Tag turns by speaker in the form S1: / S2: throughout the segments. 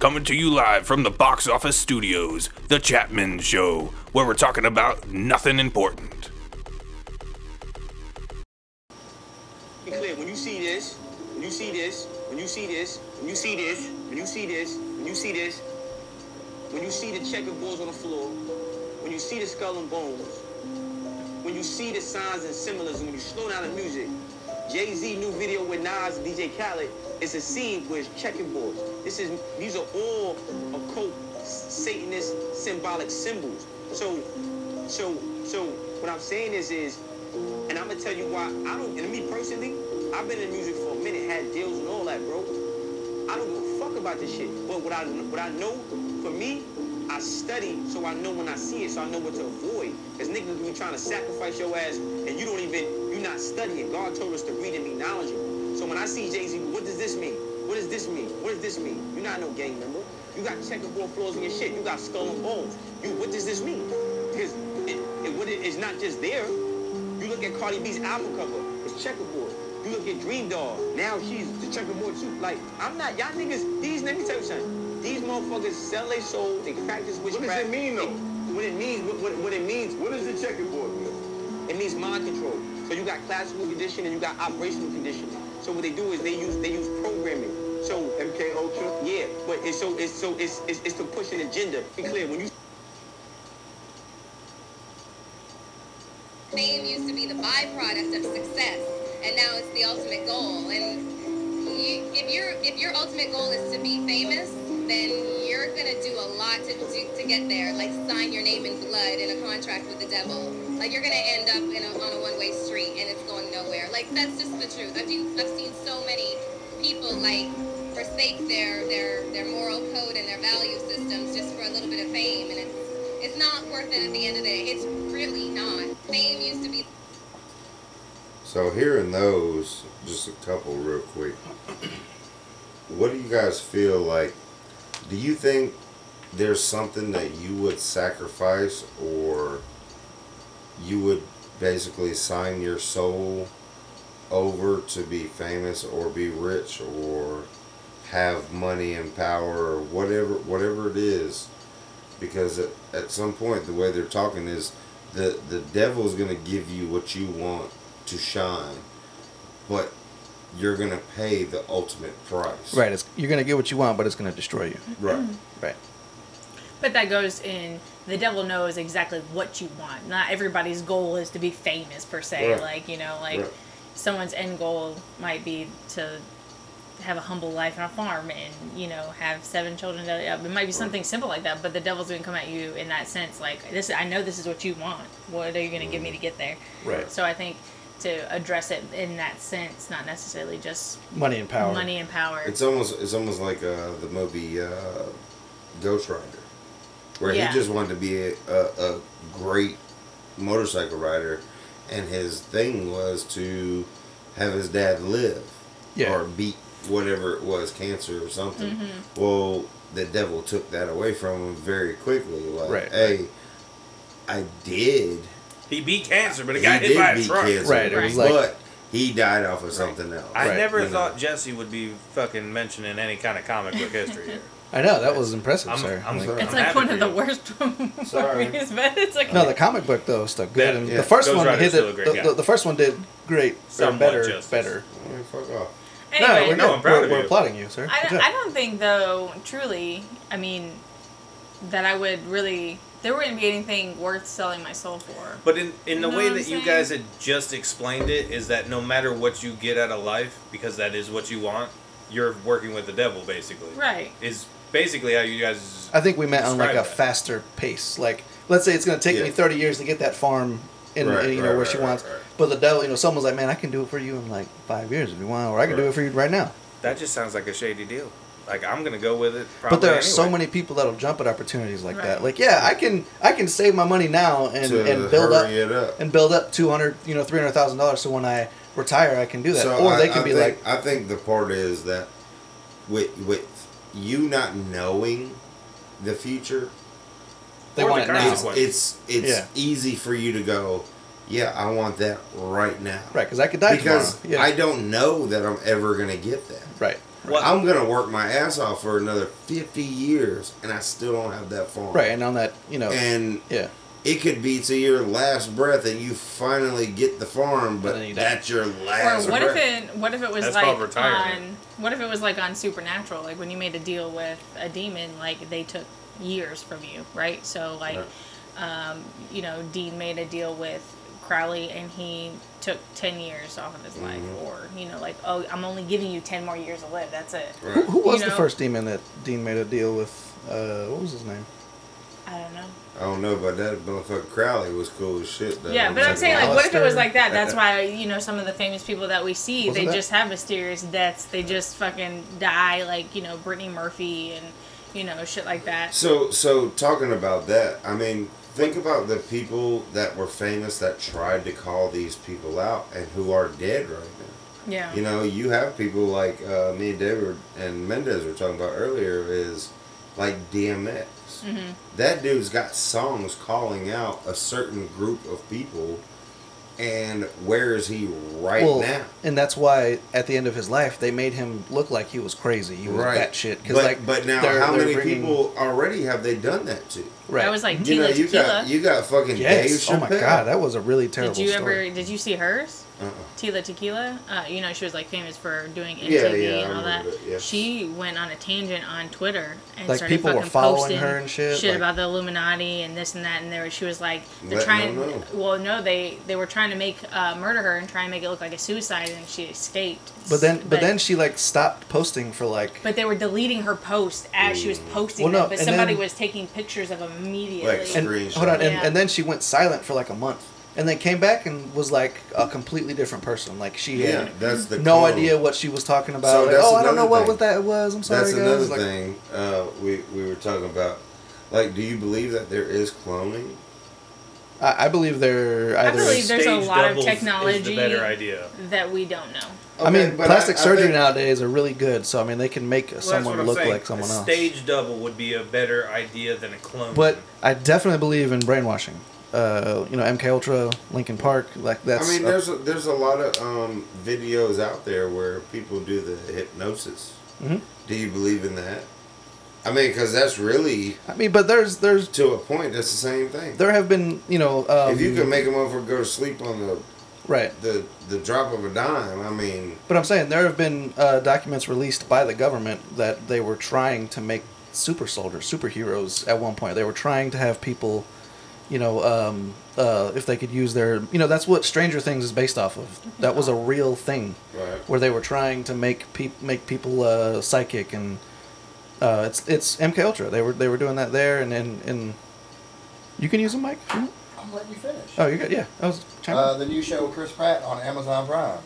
S1: Coming to you live from the box office studios, The Chapman Show, where we're talking about nothing important.
S2: be clear. When you see this, when you see this, when you see this, when you see this, when you see this, when you see this, when you see the checkerboards on the floor, when you see the skull and bones, when you see the signs and symbolism, when you slow down the music, Jay-Z new video with Nas and DJ Khaled, it's a scene where it's checkerboards. This is these are all occult Satanist symbolic symbols. So so so what I'm saying is is and I'm gonna tell you why I don't. And me personally, I've been in music for a minute, had deals and all that, bro. I don't give a fuck about this shit. But what I what I know, for me, I study so I know when I see it, so I know what to avoid. Cause niggas be trying to sacrifice your ass, and you don't even you're not studying. God told us to read and be knowledgeable. So when I see Jay Z, what does this mean? What does this mean? What does this mean? You're not no gang member. You got checkerboard floors in your shit. You got skull and bones. You what does this mean? Because it, it, what it, it's not just there. You look at Cardi B's album cover, it's checkerboard. You look at Dream Dog, now she's the checkerboard too. Like, I'm not, y'all niggas, these, let me tell you something. These motherfuckers sell their soul, they practice witchcraft.
S3: it mean, though?
S2: They- what it means, what, what, what it means,
S3: What is the checkerboard mean?
S2: it means mind control. So you got classical conditioning, you got operational conditioning. So what they do is they use, they use programming. So,
S3: MK Ultra?
S2: yeah, but it's so, it's so, it's, it's, it's to push an agenda. Be clear, when you
S4: fame used to be the byproduct of success and now it's the ultimate goal and you, if your if your ultimate goal is to be famous then you're gonna do a lot to do, to get there like sign your name in blood in a contract with the devil like you're gonna end up in a, on a one-way street and it's going nowhere like that's just the truth i've seen, I've seen so many people like forsake their their their moral code and their value systems just for a little bit of fame and it's it's not worth it at the end of the day it's really not fame used to be
S5: So hearing those, just a couple real quick. What do you guys feel like? Do you think there's something that you would sacrifice or you would basically sign your soul over to be famous or be rich or have money and power or whatever whatever it is because at, at some point the way they're talking is the the devil's going to give you what you want to shine, but you're gonna pay the ultimate price.
S6: Right. It's, you're gonna get what you want, but it's gonna destroy you.
S5: Right.
S6: Right.
S7: But that goes in the devil knows exactly what you want. Not everybody's goal is to be famous per se.
S5: Right.
S7: Like, you know, like
S5: Right.
S7: someone's end goal might be to have a humble life on a farm and, you know, have seven children. da- da- da. It might be something simple like that, but the devil's going to come at you in that sense. Like, this, I know this is what you want. What are you going to give me to get there?
S6: Right.
S7: So I think to address it in that sense, not necessarily just
S6: Money and power.
S7: money and power.
S5: It's almost it's almost like uh, the movie uh, Ghost Rider, where
S7: Yeah.
S5: he just wanted to be a, a, a great motorcycle rider, and his thing was to have his dad live
S6: Yeah.
S5: or beat whatever it was, cancer or something. Well, the devil took that away from him very quickly. Like,
S6: Right.
S5: hey, I did
S1: He beat cancer, but he
S5: He
S1: got hit
S5: did
S1: by a
S5: beat
S1: truck.
S5: cancer,
S6: Right,
S7: it was
S6: like-
S5: but he died off of something else.
S8: I
S6: Right,
S8: never
S5: you know.
S8: thought Jesse would be fucking mentioning any kind of comic book history here.
S6: I know that was impressive,
S8: I'm-
S6: sir.
S8: I'm
S6: Like-
S8: sorry.
S7: it's
S8: I'm
S7: like
S8: happy
S7: one
S8: for
S7: of the
S8: you.
S7: worst
S5: Sorry.
S7: movies, but it's like
S6: no, the comic book though stuck good.
S8: Yeah,
S6: and
S5: yeah.
S6: The first
S8: Ghost
S6: one
S8: Rider's
S6: hit
S8: still a
S6: it.
S8: great
S6: The,
S8: guy.
S6: the, the first one did great. Or
S8: Somewhat
S6: better.
S8: justice.
S6: Better.
S5: Man, fuck off.
S7: anyway,
S6: no, we're,
S8: No,
S6: no,
S8: I'm proud
S6: we're,
S8: of
S6: we're
S8: you.
S6: applauding you, sir.
S7: I
S6: Good
S7: don't,
S6: job.
S7: I don't think though truly I mean that I would really there wouldn't be anything worth selling my soul for.
S8: But in, in the
S7: Know
S8: way
S7: what I'm
S8: that you
S7: saying?
S8: guys had just explained it, is that no matter what you get out of life, because that is what you want, you're working with the devil, basically.
S7: Right.
S8: Is basically how you guys.
S6: I think we meant on like a
S8: Describe that.
S6: faster pace. Like, let's say it's going to take
S5: Yeah.
S6: me 30 years to get that farm in,
S5: Right,
S6: in, you know,
S5: right,
S6: where
S5: right,
S6: she
S5: right,
S6: wants.
S5: right.
S6: But the devil, you know, someone's like, man, I can do it for you in like five years if you want, or I can do
S5: Right.
S6: it for you right now.
S8: That just sounds like a shady deal. Like, I'm going to go with it. Probably
S6: But there are so
S8: anyway.
S6: many people that'll jump at opportunities like
S7: Right.
S6: that. Like, yeah, I can, I can save my money now and,
S5: To
S6: and build up,
S5: hurry it up.
S6: and build up 200, you know, 300 thousand dollars. So when I retire, I can do that.
S5: So
S6: or
S5: I,
S6: they can
S5: I
S6: be
S5: think,
S6: like,
S5: I think the part is that with with you not knowing the future,
S6: they
S8: or
S6: want
S8: the
S6: it now,
S8: consequence.
S6: Right,
S8: What?
S5: it's it's
S6: Yeah.
S5: easy for you to go. Yeah, I want that right now.
S6: 'cause right? Because I could die
S5: because
S6: tomorrow. Yeah.
S5: I don't know that I'm ever gonna get that.
S6: right.
S8: What?
S5: I'm gonna work my ass off for another 50 years, and I still don't have that farm.
S6: Right, and on that, you know,
S5: And
S6: yeah,
S5: it could be to your last breath that you finally get the farm, but
S6: then you die.
S5: that's your last.
S7: Or what if
S5: breath.
S7: it what if it was
S8: That's
S7: like
S8: called retirement.
S7: on what if it was like on supernatural like when you made a deal with a demon like they took years from you right so like um, you know Dean made a deal with Crowley and he took 10 years off of his life
S8: Mm-hmm.
S7: or you know like oh I'm only giving you 10 more years to live that's it
S6: who, who was
S7: You
S6: the
S7: know-
S6: first demon that Dean made a deal with? Uh, what was his name?
S7: I don't know
S5: I don't know, but that motherfucker Crowley was cool as shit. Though.
S7: yeah but I'm saying like what if it was
S6: Alistair.
S7: like that that's why you know some of the famous people that we see
S6: Wasn't
S7: they
S6: that-
S7: just have mysterious deaths they just fucking die like you know Brittany Murphy and you know shit like that
S5: So, so talking about that, I mean, think about the people that were famous that tried to call these people out and who are dead right now.
S7: Yeah.
S5: You know, you have people like uh, me and David and Mendez were talking about earlier is like DMX.
S7: Mm-hmm.
S5: That dude's got songs calling out a certain group of people, and where is he right
S6: well,
S5: now?
S6: and that's why at the end of his life they made him look like he was crazy. He was
S5: Right,
S6: batshit. Because
S5: But,
S6: like,
S5: but now,
S6: they're-
S5: how
S6: they're
S5: many
S6: bringing-
S5: people already have they done that to?
S6: Right.
S7: That was like
S5: You know,
S7: Tila
S5: you
S7: Tequila.
S5: got you got fucking
S6: yes.
S5: Dave
S6: Oh my
S5: Chappelle.
S6: god, that was a really terrible
S7: did you
S6: story.
S7: ever? Did you see hers?
S5: Uh-uh.
S7: Tila Tequila. Uh, you know she was like famous for doing MTV
S5: Yeah, yeah, I
S7: and all that.
S5: remember that, yeah.
S7: She went on a tangent on Twitter and
S6: Like,
S7: started
S6: people were
S7: fucking
S6: following
S7: posting
S6: her and shit, like-
S7: about the Illuminati and this and that. And there she was like, they're
S5: Letting
S7: trying.
S5: them know.
S7: Well, no, they they were trying to make uh, murder her and try and make it look like a suicide, and she escaped.
S6: But then, but, then she like stopped posting for like.
S7: But they were deleting her post as she was posting
S6: Mm. Well, no,
S7: them. But
S6: and
S7: somebody
S6: then-
S7: was taking pictures of them immediately.
S6: and
S5: Screenshot.
S6: hold on, and,
S7: Yeah.
S6: and then she went silent for like a month, and then came back and was like a completely different person. Like she
S5: Yeah,
S6: had
S5: that's the
S6: no
S5: code.
S6: idea what she was talking about.
S5: So
S6: like,
S5: that's
S6: oh, I don't
S5: another
S6: know what
S5: thing.
S6: was that was. I'm sorry,
S5: That's
S6: guys.
S5: another
S6: Like,
S5: thing uh, we we were talking about. Like, do you believe that there is cloning?
S6: I, I believe they're either.
S7: I believe there's a
S8: Stage
S7: lot of
S8: doubles Is the
S7: technology.
S8: better idea.
S7: that we don't know.
S6: I
S5: Okay,
S6: mean,
S5: but
S6: plastic
S5: I- I
S6: surgery
S5: think-
S6: nowadays are really good, so I mean, they can make
S8: Well, that's what
S6: someone
S8: I'm
S6: look
S8: saying.
S6: like someone
S8: a
S6: else.
S8: Stage double would be a better idea than a clone.
S6: But I definitely believe in brainwashing. Uh, you know, MK Ultra, Lincoln Park, like that's.
S5: I mean,
S6: a-
S5: there's a, there's a lot of um, videos out there where people do the hypnosis.
S6: Mhm.
S5: Do you believe in that? I mean, because that's really
S6: I mean, but there's there's
S5: to a point. That's the same thing.
S6: there have been you know. Um,
S5: if you can make a motherfucker go to sleep on the,
S6: right.
S5: the the drop of a dime, I mean,
S6: But I'm saying there have been uh, documents released by the government that they were trying to make super soldiers, superheroes at one point. They were trying to have people, you know, um, uh, if they could use their, you know, that's what Stranger Things is based off of. That was a real thing
S5: right?
S6: where they were trying to make peop make people uh, psychic and uh, it's it's MK Ultra. They were they were doing that there and and, and you can use a mic. if you want.
S9: I'm letting you finish.
S6: Oh, you're good. Yeah, I was chiming.
S9: Uh, the new show with Chris Pratt on Amazon Prime.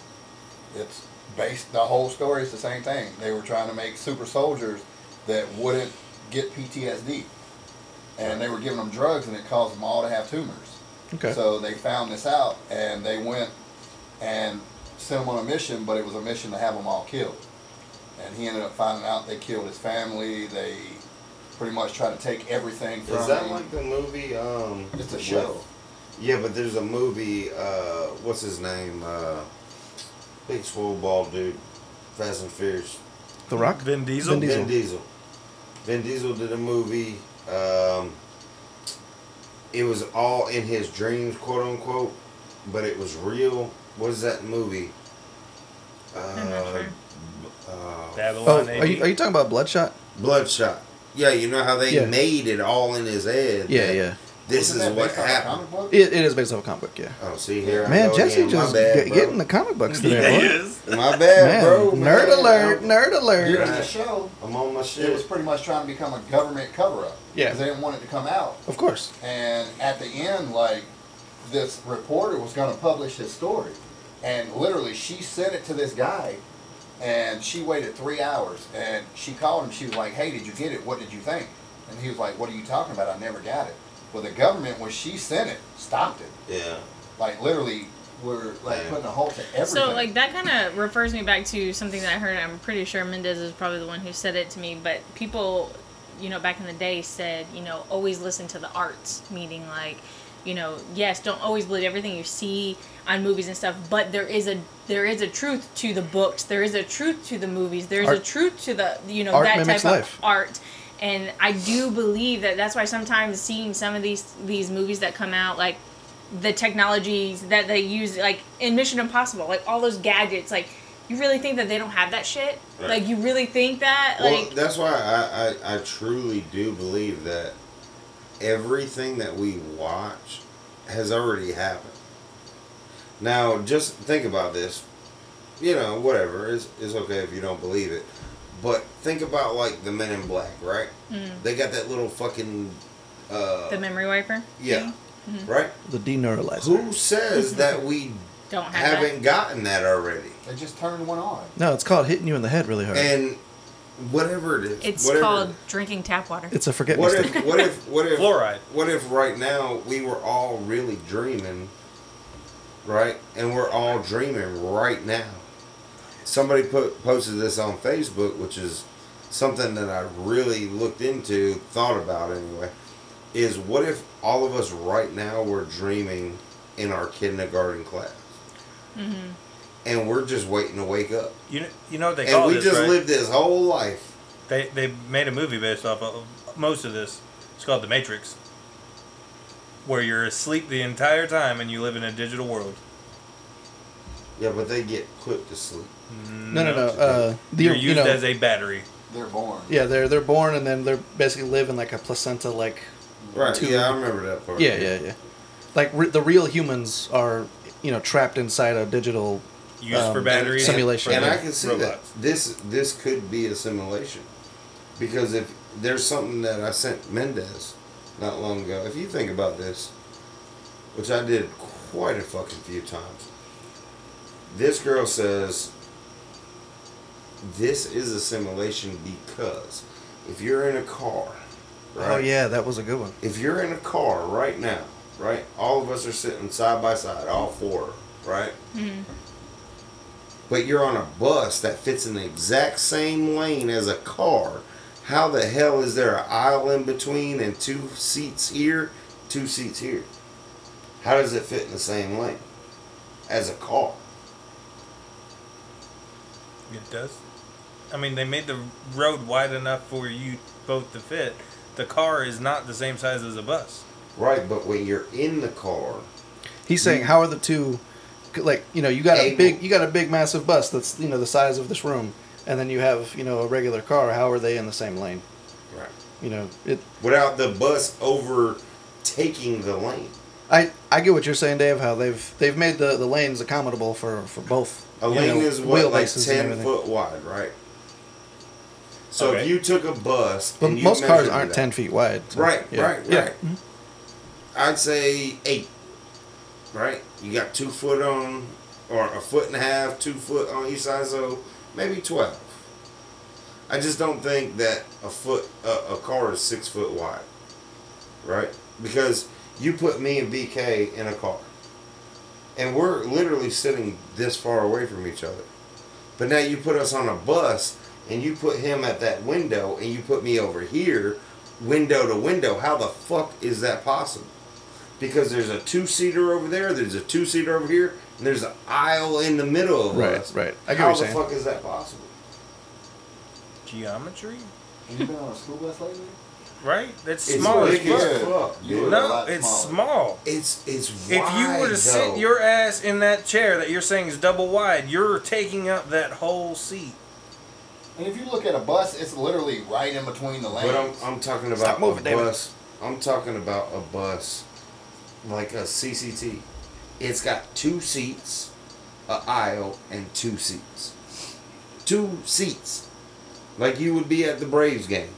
S9: It's based, the whole story is the same thing. They were trying to make super soldiers that wouldn't get PTSD. And they were giving them drugs and it caused them all to have tumors.
S6: okay.
S9: So they found this out and they went and sent him on a mission, but it was a mission to have them all killed. And he ended up finding out they killed his family. They pretty much tried to take everything from
S5: Is that
S9: him.
S5: like the movie? Um,
S9: It's a
S5: with-
S9: show.
S5: Yeah, but there's a movie. Uh, what's his name? Uh, big swole bald dude, Fast and Furious.
S6: the Rock.
S8: Vin Diesel.
S6: Vin Diesel.
S5: Vin Diesel. Vin Diesel did a movie. Um, it was all in his dreams, quote unquote, but it was real. What is that movie?
S7: I'm not
S5: Uh,
S7: sure.
S5: uh,
S6: Oh,
S8: Babylon
S6: are you, are
S8: 80.
S6: you talking about Bloodshot?
S5: Bloodshot. Yeah, you know how they
S6: Yeah.
S5: made it all in his head.
S6: Yeah,
S5: that
S6: yeah.
S5: This
S9: Wasn't
S5: is
S9: that
S5: what
S9: based on a
S5: happened.
S9: comic book?
S6: It, it is based off a comic book. Yeah.
S5: Oh, see here, I
S6: Man,
S5: go
S6: Jesse
S5: again.
S6: just
S5: my bad,
S6: get,
S5: bro.
S6: getting the comic books today.
S8: Yeah,
S6: boy.
S8: he is.
S5: my bad,
S6: Man,
S5: bro.
S6: nerd
S5: man.
S6: alert! Nerd
S9: During
S6: alert!
S5: Right.
S9: the show,
S5: I'm on my
S9: it was
S5: shit.
S9: pretty much trying to become a government cover-up.
S6: Yeah.
S9: Because they didn't want it to come out.
S6: Of course.
S9: And at the end, like, this reporter was going to publish his story. And literally, she sent it to this guy, and she waited three hours. And she called him. She was like, hey, did you get it? What did you think? And he was like, what are you talking about? I never got it. Well, the government, when she sent it, stopped it.
S5: Yeah.
S9: Like, literally, we're, like,
S5: Yeah.
S9: putting a halt to everything.
S7: So like that kind of refers me back to something that I heard. I'm pretty sure Mendez is probably the one who said it to me, but people, you know, back in the day said, you know, always listen to the arts, meaning like you know, yes, don't always believe everything you see on movies and stuff, but there is a there is a truth to the books, there is a truth to the movies, there is a
S6: Art-
S7: truth to the you know
S6: Art
S7: that type
S6: mimics
S7: of
S6: life.
S7: art. And I do believe that that's why sometimes seeing some of these these movies that come out like the technologies that they use like in Mission Impossible, like all those gadgets, like you really think that they don't have that shit?
S5: Right.
S7: Like you really think that?
S5: Well,
S7: like
S5: that's why I, I, I truly do believe that everything that we watch has already happened. Now, just think about this. You know, whatever. It's, it's okay if you don't believe it. But think about, like, the men in black, right? They got that little fucking. Uh,
S7: the memory wiper?
S5: yeah. Right?
S6: The deneuralizer.
S5: Who says that we
S7: Don't have
S5: haven't gotten that already?
S9: They just turned one on.
S6: No, it's called hitting you in the head really hard.
S5: And whatever it is.
S7: that. It's
S5: whatever
S7: called drinking tap water.
S6: it's a forget
S5: What
S6: mistake.
S5: if what if what if
S8: Fluoride.
S5: What if right now we were all really dreaming, right? And we're all dreaming right now. Somebody put posted this on Facebook, which is something that I really looked into, thought about anyway. Is what if all of us right now were dreaming in our kindergarten class, and we're just waiting to wake up,
S8: You know, you know what they
S5: and
S8: call
S5: we
S8: this,
S5: just
S8: right?
S5: lived this whole life.
S8: They they made a movie based off of most of this. It's called The Matrix, where you're asleep the entire time and you live in a digital world.
S5: Yeah, but they get put to sleep.
S6: no, no, no. Uh, the,
S8: You're
S6: you
S8: used
S6: know,
S8: as a battery.
S9: They're born.
S6: yeah, they're they're born and then they're basically live in like a placenta, like
S5: Right.
S6: Two-
S5: yeah, I remember that part.
S6: yeah, yeah, yeah. Like re- the real humans are, you know, trapped inside a digital.
S8: Used
S6: Um,
S8: for batteries.
S6: simulation.
S8: for
S5: and
S6: the
S5: I can see
S8: robots.
S5: that this this could be a simulation, because if there's something that I sent Mendez not long ago, if you think about this, which I did quite a fucking few times, this girl says this is a simulation because if you're in a car, right?
S6: Oh yeah, that was a good one.
S5: if you're in a car right now, right? All of us are sitting side by side, all four, right? But you're on a bus that fits in the exact same lane as a car. How the hell is there an aisle in between and two seats here, two seats here? How does it fit in the same lane as a car?
S8: It does. I mean, they made the road wide enough for you both to fit. The car is not the same size as a bus.
S5: Right, but when you're in the car,
S6: He's saying, how are the two, like you know, you got a
S5: Able.
S6: big, you got a big massive bus that's you know the size of this room, and then you have you know a regular car. How are they in the same lane?
S5: right,
S6: You know, it.
S5: without the bus overtaking the lane,
S6: I I get what you're saying, Dave. How they've they've made the, the lanes accommodable for for both.
S5: A
S6: you
S5: lane
S6: know,
S5: is what, like
S6: wheelbases and
S5: ten
S6: everything.
S5: foot wide, right? So if
S8: Okay.
S5: you took a bus,
S6: But
S5: and you
S6: most cars
S5: measured
S6: aren't
S5: it
S6: ten
S5: out-
S6: feet wide. so,
S5: Right,
S6: yeah.
S5: right,
S6: Yeah. Mm-hmm.
S5: right. I'd say eight. Right, you got two foot on, or a foot and a half, two foot on each side, so maybe twelve. I just don't think that a foot a, a car is six foot wide, right? Because you put me and BK in a car, and we're literally sitting this far away from each other. But now you put us on a bus, and you put him at that window, and you put me over here, window to window. How the fuck is that possible? Because there's a two seater over there, there's a two seater over here, and there's an aisle in the middle of
S6: Right,
S5: us.
S6: right. I get
S5: How
S6: what
S5: the
S6: you're saying.
S5: fuck is that possible?
S8: Geometry?
S9: Have you been on a school bus lately?
S8: Right? That's
S5: It's
S8: small as
S5: big as
S8: fuck.
S5: fuck.
S9: You
S5: dude.
S9: were a
S8: No,
S9: lot
S8: it's
S9: smaller.
S8: small.
S5: It's it's
S8: If
S5: wide,
S8: you were to sit
S5: though.
S8: your ass in that chair that you're saying is double wide, you're taking up that whole seat.
S9: And if you look at a bus, it's literally right in between the lanes.
S5: But I'm, I'm talking about
S6: Stop moving,
S5: a
S6: David.
S5: bus. I'm talking about a bus, like a CCT. It's got two seats, a aisle, and two seats. Two seats, like you would be at the Braves game.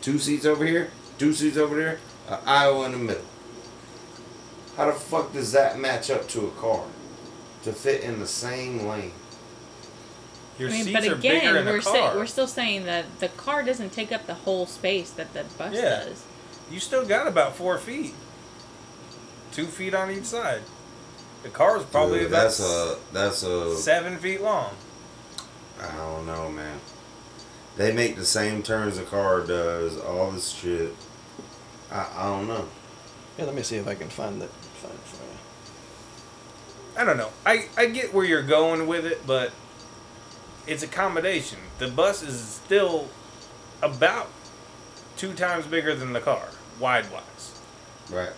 S5: Two seats over here, two seats over there, a aisle in the middle. How the fuck does that match up to a car? To fit in the same lane.
S8: Your
S7: I mean,
S8: seats
S7: but
S8: are bigger
S7: again,
S8: in
S7: we're
S8: a
S7: sa-
S8: car.
S7: we're still saying that the car doesn't take up the whole space that the bus
S8: Yeah.
S7: does.
S8: You still got about four feet. Two feet on each side. The car is probably
S5: Dude,
S8: about
S5: that's a that's a
S8: seven feet long.
S5: I don't know, man. They make the same turns a car does, all this shit. I, I don't know.
S6: Yeah, let me see if I can find that. Find it for you.
S8: I don't know. I, I get where you're going with it, but it's accommodation. The bus is still about two times bigger than the car, wide wise.
S5: Right.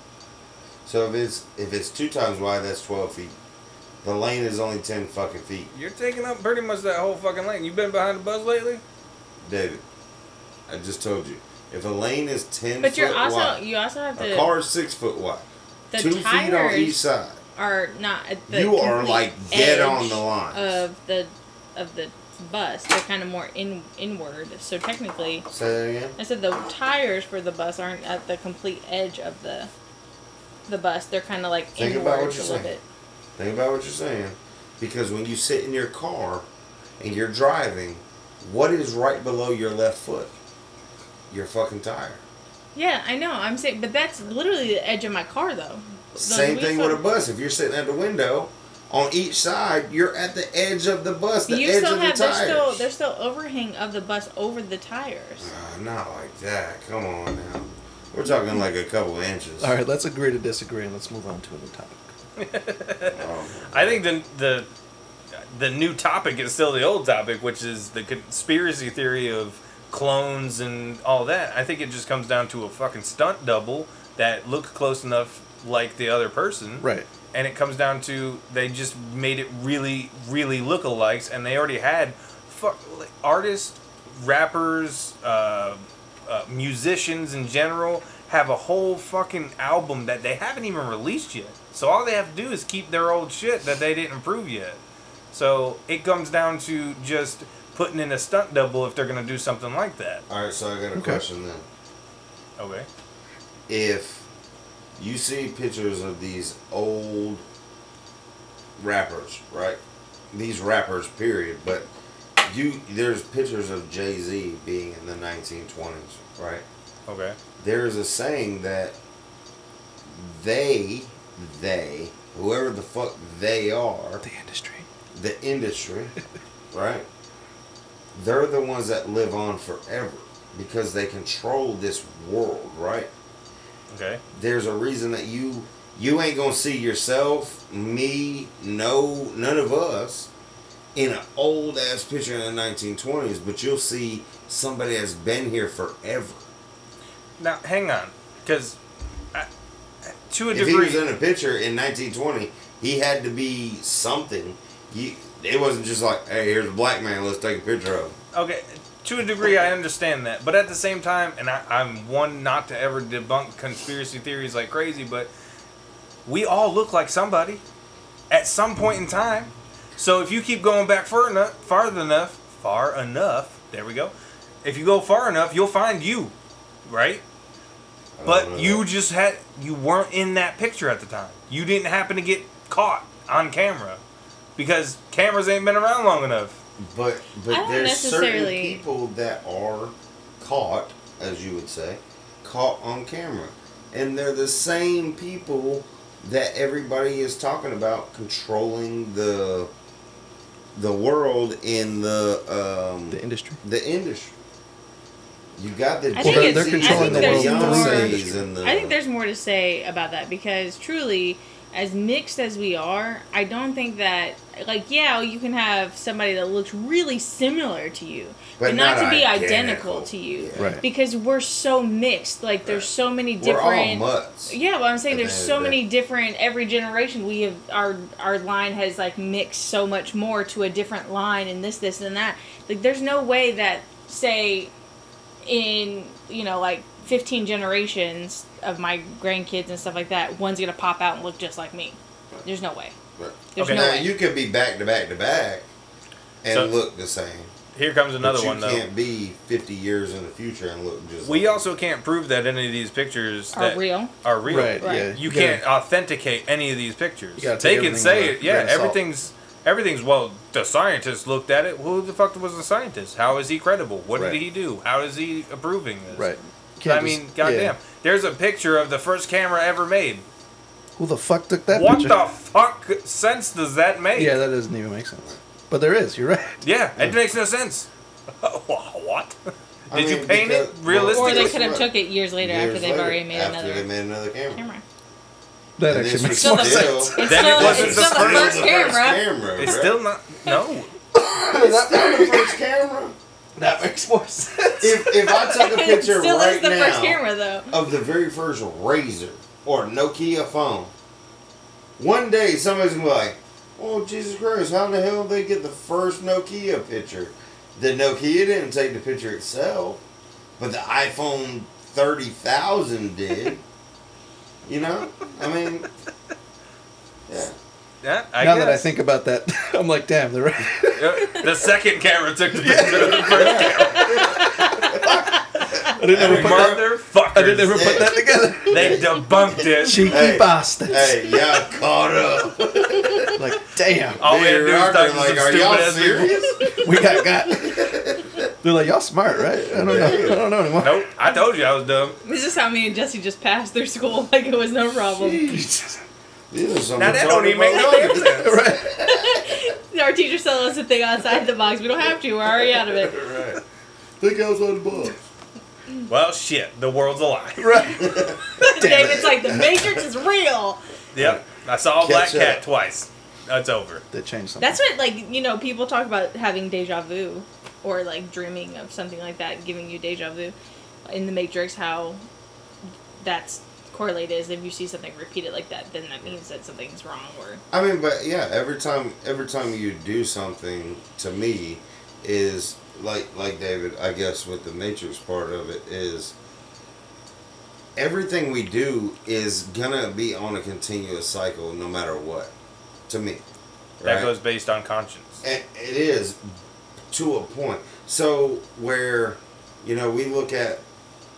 S5: So if it's if it's two times wide, that's twelve feet. The lane is only ten fucking feet,
S8: You're taking up pretty much that whole fucking lane. You been behind the bus lately?
S5: David. I just told you. If a lane is ten
S7: But
S5: foot
S7: you're also
S5: wide,
S7: you also have
S5: a
S7: to
S5: car is six foot wide.
S7: the
S5: Two feet on
S7: tires
S5: each side.
S7: are not at the
S5: You are,
S7: complete
S5: like, dead on
S7: edge
S5: the lines.
S7: of the of the bus. They're kind of more in inward. So technically,
S5: Say that again.
S7: I said the tires for the bus aren't at the complete edge of the the bus. They're kind of like
S5: Think
S7: inwards
S5: about what
S7: a
S5: you're
S7: little
S5: saying.
S7: bit.
S5: Think about what you're saying, because when you sit in your car and you're driving, what is right below your left foot? Your fucking tire.
S7: Yeah, I know. I'm saying, but that's literally the edge of my car, though. The-
S5: Same
S7: we
S5: thing
S7: still-
S5: with a bus. If you're sitting at the window, on each side, you're at the edge of the bus, the
S7: you
S5: edge
S7: still
S5: of
S7: have
S5: the
S7: there's
S5: tires.
S7: still there's still overhang of the bus over the tires.
S5: Ah, not like that. Come on now. We're talking like a couple inches.
S6: All right, let's agree to disagree and let's move on to a new topic.
S5: Um,
S8: I think the the the new topic is still the old topic, which is the conspiracy theory of clones and all that. I think it just comes down to a fucking stunt double that looked close enough like the other person.
S6: Right.
S8: And it comes down to they just made it really, really lookalikes, and they already had fuck, like, artists, rappers, uh, uh, musicians in general have a whole fucking album that they haven't even released yet. So all they have to do is keep their old shit that they didn't improve yet. So it comes down to just putting in a stunt double if they're gonna do something like that.
S5: all right, so I got a question then.
S8: Okay.
S5: If you see pictures of these old rappers, right? These rappers, period. But you, there's pictures of Jay Z being in the 1920s, right?
S8: Okay.
S5: there is a saying that they, they, whoever the fuck they are,
S6: The industry.
S5: the industry, right? They're the ones that live on forever because they control this world, right?
S8: Okay.
S5: There's a reason that you you ain't gonna see yourself, me, no, none of us in an old ass picture in the 1920s, but you'll see somebody that's been here forever.
S8: Now hang on, because to a
S5: if he
S8: degree,
S5: was in a picture in 1920, he had to be something. You, it wasn't just like, hey, here's a black man, let's take a picture of him.
S8: okay, to a degree, I understand that, but at the same time, and I, I'm one not to ever debunk conspiracy theories like crazy, but we all look like somebody at some point in time. So if you keep going back far enough, farther enough, far enough, there we go. If you go far enough, you'll find you, right?
S5: I don't know.
S8: But you just had you weren't in that picture at the time. You didn't happen to get caught on camera because cameras ain't been around long enough.
S5: but but
S7: I don't
S5: there's certain
S7: necessarily-
S5: people that are caught, as you would say, caught on camera, and they're the same people that everybody is talking about controlling the the world in the um,
S6: The industry.
S5: the industry. You got the
S7: I think
S6: it's-
S5: Jay-Z's
S6: they're controlling
S5: and
S6: the world
S5: the
S6: more-
S5: Beyonce's and the.
S7: I think there's more to say about that because truly, as mixed as we are, I don't think that like yeah, you can have somebody that looks really similar to you, but, not, to be identical, to you
S5: Yeah.
S6: Right.
S7: because we're so mixed. Like there's so many
S5: We're
S7: different.
S5: all mutts.
S7: Yeah, well, I'm saying
S5: At the
S7: there's
S5: end of
S7: so
S5: the
S7: many
S5: day.
S7: different. Every generation, we have our our line has like mixed so much more to a different line, and this, this, and that. Like, there's no way that say, in you know, like 15 generations of my grandkids and stuff like that, one's gonna pop out and look just like me. There's no way.
S5: Right.
S7: There's
S8: Okay.
S7: no
S5: now
S7: way.
S5: Uh, you could be back to back to back, and
S8: So-
S5: look the same.
S8: Here comes another
S5: but you
S8: one though.
S5: can't be fifty years in the future and look just.
S8: We
S5: like-
S8: also can't prove that any of these pictures
S7: Are
S8: that
S7: real.
S8: Are real.
S6: Right,
S7: Right.
S6: yeah.
S8: You
S6: gotta-
S8: can't authenticate any of these pictures.
S6: You gotta
S8: They
S6: take
S8: can
S6: everything
S8: say
S6: with a
S8: it. Yeah,
S6: grain of salt.
S8: everything's everything's. Well, the scientist looked at it. Who the fuck was the scientist? How is he credible? What
S6: Right.
S8: did he do? How is he approving this?
S6: Right.
S8: I
S6: Can't
S8: mean,
S6: just-
S8: goddamn.
S6: yeah.
S8: There's a picture of the first camera ever made.
S6: Who the fuck took that
S8: what
S6: picture?
S8: the fuck sense does that make?
S6: Yeah, that doesn't even make sense. But there is. You're right.
S8: Yeah, it makes no sense. what?
S5: I I
S8: Did you
S5: mean,
S8: paint it
S5: because-
S8: realistically?
S7: Or they
S5: Guess
S7: could have
S5: what?
S7: took it years later after
S5: Years
S7: they've
S5: later,
S7: already made
S5: after
S7: another
S5: they made another camera.
S7: camera.
S6: That
S5: And
S6: actually
S5: this
S6: makes
S5: was
S6: more
S7: still
S6: sense.
S5: still-
S7: It's
S8: Then
S7: still,
S8: it wasn't
S7: it's
S8: the
S7: still the
S8: first-
S7: first camera.
S5: camera,
S8: It's
S5: bruh.
S8: still not. No.
S5: It's still the first camera.
S6: That makes more sense.
S5: If, if I took a
S7: It
S5: picture
S7: still
S5: right
S7: is the
S5: now
S7: first camera though.
S5: of the very first Razor or Nokia phone, one day somebody's gonna be like, "Oh Jesus Christ, how the hell did they get the first Nokia picture?" The Nokia didn't take the picture itself, but the iPhone thirty thousand did. you know, I mean, yeah.
S8: That, I
S6: now
S8: guess.
S6: that I think about that, I'm like, damn, they're right.
S8: Uh, the second camera took the picture of the first camera.
S6: I didn't ever put that,
S8: Motherfuckers.
S6: I didn't ever put that together.
S8: They debunked it.
S6: Cheeky
S5: Hey,
S6: bastards.
S5: Hey, y'all caught up.
S6: Like, damn,
S8: All we had
S5: They
S8: to do
S5: were
S8: was
S5: out there
S8: talk to
S5: like,
S8: some
S5: "Are y'all
S8: stupid-ass people."
S5: serious?"
S6: we got got. They're like, y'all smart, right? I don't know. I don't know anymore.
S8: Nope. I told you I was dumb.
S7: This is how me and Jesse just passed through school like it was no problem.
S5: These are some
S8: Now that don't even make no
S5: retarded
S8: damn sense.
S6: Right.
S7: Our teacher told us to think outside the box. We don't have to. We're already out of it.
S5: motherfuckers. Right. Think outside the box.
S8: Well, shit. The world's a lie.
S6: Right.
S7: David's like the Matrix is real.
S8: Yep. I saw a
S5: Catch
S8: black cat
S5: up.
S8: twice. That's over.
S6: That changed something.
S7: That's what like you know people talk about having deja vu or like dreaming of something like that giving you deja vu in the Matrix. How that's correlated is if you see something repeated like that, then that means that something's wrong or
S5: I mean, but yeah, every time, every time you do something to me, is like, like David, I guess, with the Matrix part of it is. Everything we do is gonna be on a continuous cycle, no matter what. To me,
S8: That goes based on conscience.
S5: It, it is to a point. So where you know we look at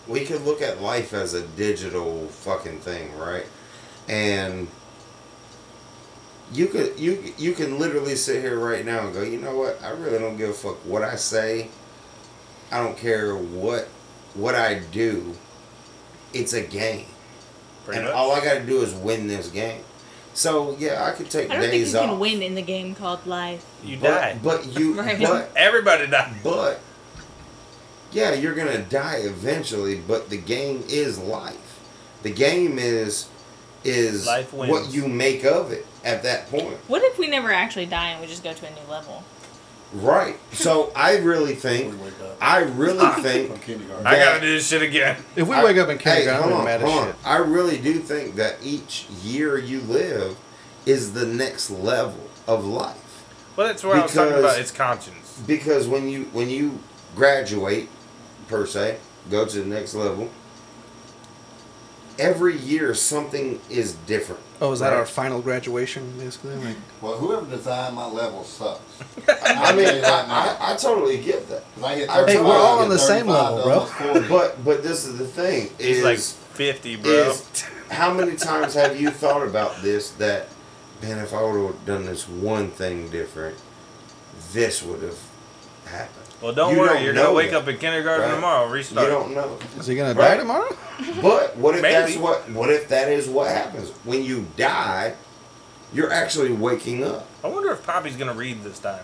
S5: we could look at life as a digital fucking thing, right? And you could you you can literally sit here right now and go, you know what? I really don't give a fuck what I say. I don't care what what I do. It's a game,
S8: Pretty
S5: and
S8: much.
S5: all I got to do is win this game. So yeah, I could take
S7: I don't think
S5: days
S7: you can
S5: off.
S7: win in the game called life.
S8: you
S5: but,
S8: die.
S5: But you,
S7: Right.
S5: but
S8: Everybody died.
S5: but yeah, you're gonna die eventually. But the game is life. The game is is
S8: Life wins.
S5: what you make of it at that point.
S7: What if we never actually die and we just go to a new level?
S5: Right. So I really think,
S9: We wake up
S5: I really think.
S9: from kindergarten.
S8: I gotta do this shit again.
S6: if we
S5: I-
S6: wake up in
S5: hey,
S6: kindergarten,
S5: hold
S6: we're
S5: on,
S6: mad
S5: hold
S6: as
S5: on.
S6: shit.
S5: I really do think that each year you live is the next level of life.
S8: Well, that's where I was talking
S5: Because-
S8: about. It's conscience.
S5: because when you when you graduate per se go to the next level every year something is different
S6: Oh, is that
S5: right?
S6: our final graduation, basically? Like,
S9: Well, whoever designed my level sucks.
S5: i mean
S9: I'll tell you that
S5: I,
S9: now.
S5: I, I totally get that
S9: 'Cause I hit
S5: Hey,
S9: 35,
S5: we're all
S9: I
S5: on
S9: hit
S6: the same
S9: 35,
S6: level, bro.
S9: almost 40.
S5: but but this is the thing
S8: He's
S5: is
S8: like 50, bro.
S5: is how many times have you thought about this that man if i would have done this one thing different this would have happened
S8: well, don't
S5: you
S8: worry.
S5: don't
S8: you're gonna
S5: know
S8: wake
S5: that,
S8: up in kindergarten
S5: right?
S8: tomorrow.
S5: you
S8: Restart.
S5: don't know
S6: is he gonna
S5: Right.
S6: die tomorrow?
S5: But what if
S8: Maybe.
S5: that's what? What if that is what happens when you die? You're actually waking up.
S8: I wonder if Poppy's gonna read this time.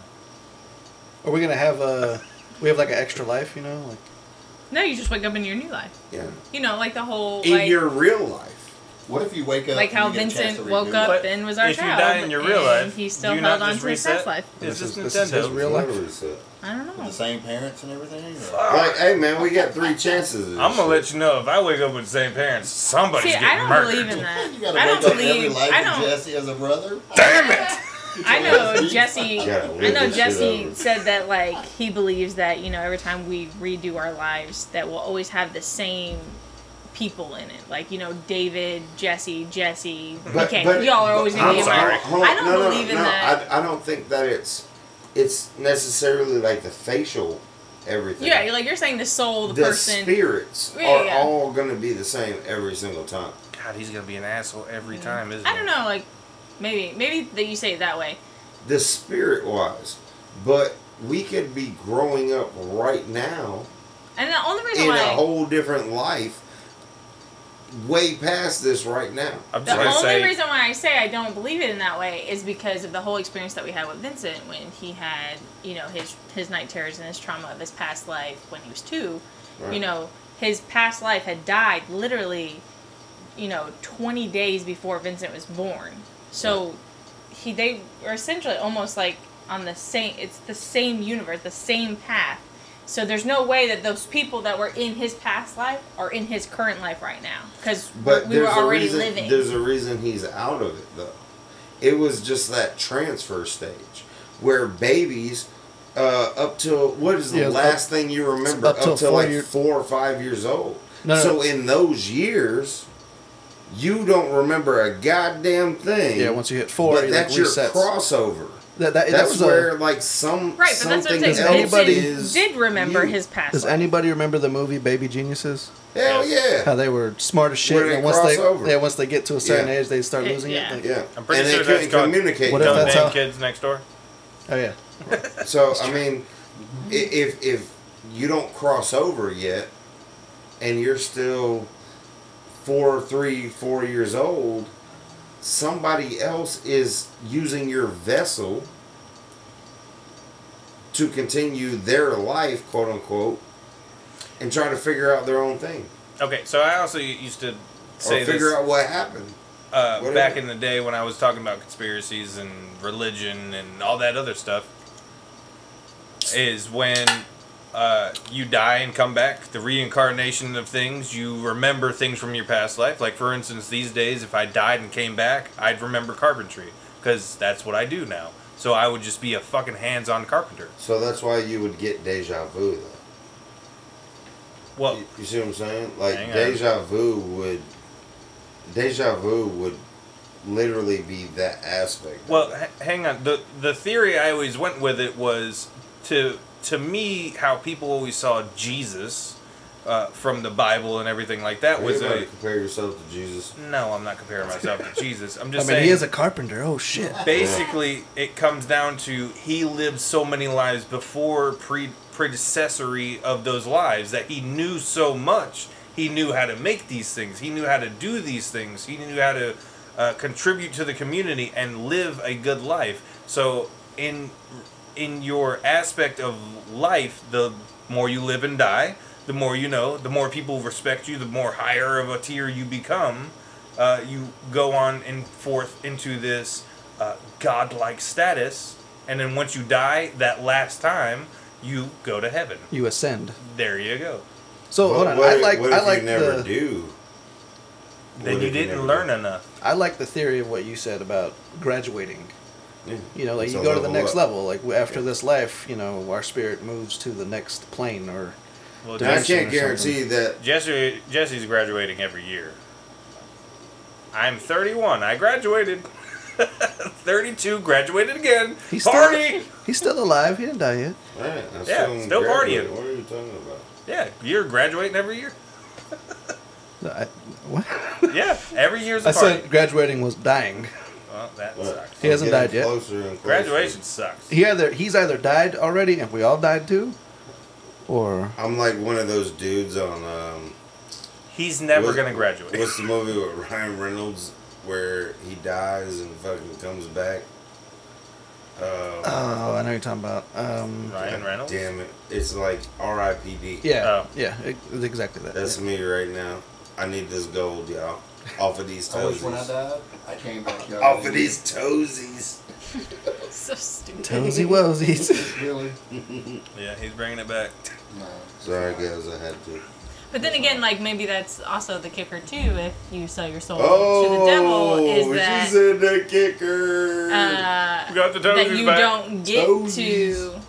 S6: Are we gonna have a? We have like an extra life, you know? Like,
S7: No, you just wake up in your new life.
S5: Yeah,
S7: You know, like the whole
S5: in
S7: like
S5: your real life.
S9: What if you wake up?
S7: like
S9: and
S7: how
S9: you get a chance to
S7: Vincent
S9: redo
S7: woke
S9: it?
S7: up
S8: But
S7: and was our
S8: if
S7: child.
S8: you die in your real
S7: and
S8: life,
S7: he still
S8: do you
S7: held
S8: not
S7: on
S8: just
S7: to his past
S8: reset?
S7: life.
S8: Is this,
S6: is- this is
S8: Nintendo?
S6: his real- life?
S5: Literally said.
S7: I don't
S9: With
S7: know.
S9: the same parents and everything. or-
S5: Like, hey man, we got three chances.
S8: I'm gonna let you know if I wake up with the same parents, somebody's
S7: See,
S8: getting
S7: I don't
S8: murdered.
S7: believe in that.
S9: You gotta
S7: I
S9: wake
S7: don't
S9: up every
S7: believe.
S9: life
S7: I
S9: with
S7: don't.
S9: Jesse as a brother.
S8: Damn it!
S7: I know Jesse.
S5: Yeah,
S7: I
S5: leave
S7: know
S5: this shit
S7: Jesse
S5: over.
S7: said that like he believes that you know every time we redo our lives that we'll always have the same people in it. Like you know David, Jesse, Jesse.
S5: But-
S7: okay,
S5: but-
S7: y'all are always
S5: but-
S7: gonna be
S5: I'm
S7: in
S5: sorry.
S7: my-
S5: Hold on.
S7: I don't
S5: No, no,
S7: believe in
S5: no.
S7: that.
S5: I, I don't think that it's it's necessarily like the facial everything.
S7: Yeah, like you're saying the soul, the,
S5: the
S7: person.
S5: spirits
S7: Yeah,
S5: are
S7: yeah.
S5: all gonna be the same every single time.
S8: God, he's gonna be an asshole every time, isn't
S7: I don't know. Like maybe maybe that you say it that way.
S5: the spirit wise, but we could be growing up right now
S7: And the only reason
S5: in
S7: why
S5: a whole different life, way past this right now.
S8: he? I'm
S7: The
S8: just gonna
S7: only
S8: say,
S7: reason why I say I don't believe it in that way is because of the whole experience that we had with Vincent when he had, you know, his his night terrors and his trauma of his past life when he was two,
S5: Right.
S7: you know, his past life had died literally, you know, 20 days before Vincent was born. So he they are essentially almost like on the same it's the same universe, the same path. So there's no way that those people that were in his past life are in his current life right now cuz
S5: But
S7: we were
S5: there's a
S7: already
S5: reason,
S7: living.
S5: There's a reason he's out of it though. It was just that transfer stage where babies, uh, up till what is the
S6: Yeah,
S5: last thing you remember?
S6: up
S5: Up,
S6: till
S5: till
S6: four
S5: like
S6: year-
S5: four or five years old.
S6: No, no.
S5: so in those years, you don't remember a goddamn thing.
S6: Yeah, once you hit four,
S5: but
S6: it, like,
S5: that's your
S6: resets.
S5: crossover.
S6: That, that,
S5: That's
S6: that's that was
S5: where
S6: a,
S5: like some
S7: Right, but that's what
S5: something
S7: I'm saying.
S5: else
S7: Vincent
S5: is
S7: did remember
S5: you.
S7: his past.
S6: Does
S7: life.
S6: anybody remember the movie Baby Geniuses?
S5: Hell yeah.
S6: How they were smart as shit,
S5: Where
S6: and
S5: they
S6: then once
S5: cross
S6: they
S5: over.
S6: yeah, once they get to a certain
S5: Yeah.
S6: age, they start
S7: Yeah,
S6: losing
S7: yeah.
S6: it. Like,
S5: Yeah,
S8: I'm pretty
S5: and
S8: sure
S5: they
S8: that's
S5: couldn't
S8: called
S5: communicate.
S6: What if
S8: Dumb
S5: with
S6: that's
S8: Dumb
S6: how-
S8: kids next door.
S6: Oh yeah,
S5: So I mean, i- if if you don't cross over yet, and you're still four, three, four years old, somebody else is using your vessel to continue their life, quote unquote, and try to figure out their own thing
S8: Okay, so I also used to say
S5: or
S8: this.
S5: figure out what happened.
S8: uh,
S5: Whatever.
S8: back in the day when I was talking about conspiracies and religion and all that other stuff is when uh, you die and come back, the reincarnation of things, you remember things from your past life. Like, for instance, these days, if I died and came back, I'd remember carpentry because that's what I do now. So I would just be a fucking hands on carpenter.
S5: So that's why you would get deja vu, though.
S8: Well,
S5: You- You see what I'm saying? Like
S8: Hang on.
S5: deja vu would, deja vu would literally be that aspect. of
S8: Well,
S5: it.
S8: h- hang on. the The theory I always went with it was to to me how people always saw Jesus uh, from the Bible and everything like that
S5: Are you
S8: was
S5: about
S8: a.
S5: to compare yourself to Jesus?
S8: No, I'm not comparing myself to Jesus. I'm
S6: I
S8: just
S6: mean
S8: saying.
S6: he is a carpenter. Oh shit.
S8: basically, it comes down to he lived so many lives before pre predecessory of those lives that he knew so much. He knew how to make these things. He knew how to do these things. He knew how to uh, contribute to the community and live a good life. So in in your aspect of life, the more you live and die, the more you know, the more people respect you, the more higher of a tier you become. Uh, you go on and forth into this uh, godlike status, and then once you die that last time, you go to heaven.
S6: You ascend.
S8: There you go.
S6: So
S5: What-
S6: hold on.
S5: what
S6: I
S5: if-
S6: like
S5: What
S6: I
S5: if
S6: like
S5: you never
S6: the
S5: do?
S8: Then
S5: What
S8: you
S5: if never
S8: didn't
S5: do?
S8: learn enough.
S6: I like the theory of what you said about graduating.
S5: Yeah.
S6: You know, like
S5: It's
S6: you
S5: a
S6: go to the
S5: level
S6: next
S5: up.
S6: level. Like after this life, you know, our spirit moves to the next plane or
S8: Well,
S6: Dimension
S5: I
S8: Jesse,
S5: can't
S6: or
S5: guarantee that.
S8: Jesse, Jesse's graduating every year. I'm 31. I graduated. 32. Graduated again.
S6: he's still
S8: Party.
S6: he's still alive. He didn't die yet.
S5: Right, I
S8: Yeah,
S5: assume
S8: still
S5: graduate.
S8: partying.
S5: What are you talking about?
S8: Yeah, you're graduating every year.
S6: I, what?
S8: Yeah, every year's a
S6: I
S8: party.
S6: said graduating was dying.
S8: well, that
S5: What?
S8: sucks.
S6: He hasn't
S5: Getting
S6: died yet.
S5: Closer and closer.
S8: Graduation sucks.
S6: He either he's either died already, and we all died too, or
S5: I'm like one of those dudes on um,
S8: He's never
S5: What-
S8: gonna graduate.
S5: What's the movie with Ryan Reynolds where he dies and fucking comes back? Um,
S6: oh, I know you're talking about. Um,
S8: Ryan Reynolds.
S5: Damn it. It's like R.I.P.D.
S6: yeah,
S8: Oh.
S6: yeah, ex- exactly that.
S5: That's me right now. I need this gold, y'all. Off of these
S9: I wish when I
S5: toesies.
S9: died, I came back young.
S5: Off of these toesies.
S7: so stupid.
S6: toesy woesies.
S9: Really?
S8: Yeah, he's bringing it back.
S9: No.
S5: Sorry, guys, I had to.
S7: But then again, like maybe that's also the kicker too. If you sell your soul to the devil,
S5: Oh,
S7: is
S5: she
S7: that
S5: said the kicker.
S7: uh,
S8: Got the
S7: that
S8: toesies
S7: you
S8: back.
S7: don't get
S5: Toesies.
S7: to,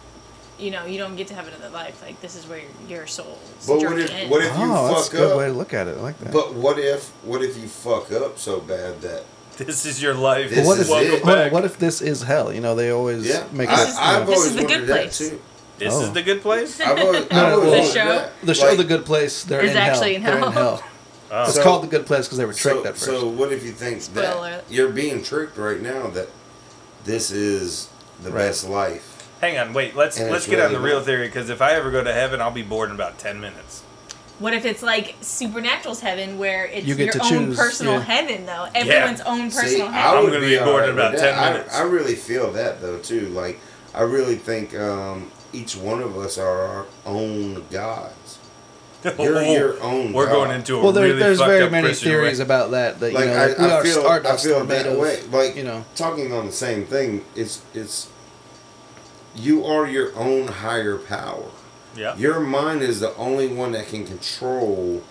S7: you know, you don't get to have another life. Like this is where your, your soul.
S5: But what if- what if- you
S6: Oh, that's
S5: fuck
S6: a good
S5: up-
S6: way to look at it. I like that.
S5: but what if, what if you fuck up so bad that
S8: This is your life.
S5: This
S6: what
S5: is
S6: if
S8: Welcome
S5: it.
S6: hold on,
S8: back.
S6: what if this is hell? You know, they always
S5: yeah,
S6: make
S5: I,
S6: it. you
S5: I've
S6: know.
S7: This
S5: always
S7: is the good
S5: wondered that
S7: place.
S5: too.
S8: this
S6: Oh.
S8: is the good place.
S5: I've always, I've
S6: no,
S5: always
S6: the
S5: wondered
S7: show.
S5: that.
S6: the show,
S5: Like,
S6: The Good Place, they're
S7: Is
S6: in
S7: actually in
S6: hell. They're in
S7: hell.
S6: hell. It's
S5: So-
S6: called The Good Place because they were tricked
S5: so,
S6: at first.
S5: so what if you think that
S7: Spoiler.
S5: you're being tricked right now that this is the
S6: Right.
S5: best life?
S8: Hang on, wait. Let's
S5: And
S8: let's
S5: it's
S8: get on the
S5: really
S8: real
S5: good.
S8: theory because if I ever go to heaven, I'll be bored in about ten minutes.
S7: What if it's like Supernatural's heaven, where it's
S6: You get to
S7: your own
S6: choose,
S7: personal
S6: yeah.
S7: heaven, though everyone's own personal
S5: See,
S7: heaven.
S5: I
S8: I'm
S5: would
S8: gonna
S5: be
S8: be bored
S5: alright
S8: in about
S5: with that.
S8: 10
S5: I-
S8: minutes.
S5: I, really feel that though too. Like I really think um, each one of us are our own gods. You're your own
S8: Oh, We're
S5: God.
S8: going into a
S6: Well, there,
S8: really
S6: there's
S8: fucked
S6: very
S8: up
S6: many
S8: Christian
S6: theories
S8: way.
S6: about that. That
S5: Like
S6: you know,
S5: I,
S6: like,
S5: I
S6: we are
S5: feel,
S6: stardust
S5: I feel that
S6: tomatoes.
S5: way. Like
S6: you know,
S5: talking on the same thing. It's it's. You are your own higher power.
S8: Yeah.
S5: Your mind is the only one that can control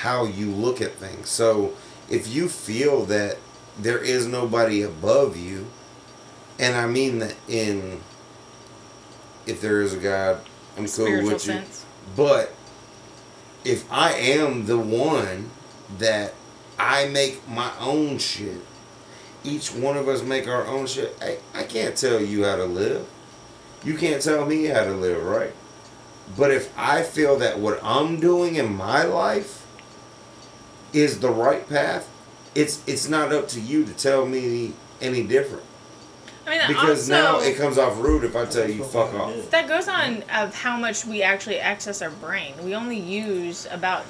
S5: how you look at things. So if you feel that there is nobody above you, and I mean that in if there is a God, I'm cool
S7: spiritual
S5: with you.
S7: sense.
S5: But if I am the one that I make my own shit, each one of us make our own shit. I, I can't tell you how to live. You can't tell me how to live, right? But if I feel that what I'm doing in my life is the right path, it's it's not up to you to tell me any different.
S7: I mean, that
S5: Because now
S7: also,
S5: it comes off rude if I tell you fuck off.
S7: that goes on of how much we actually access our brain. We only use about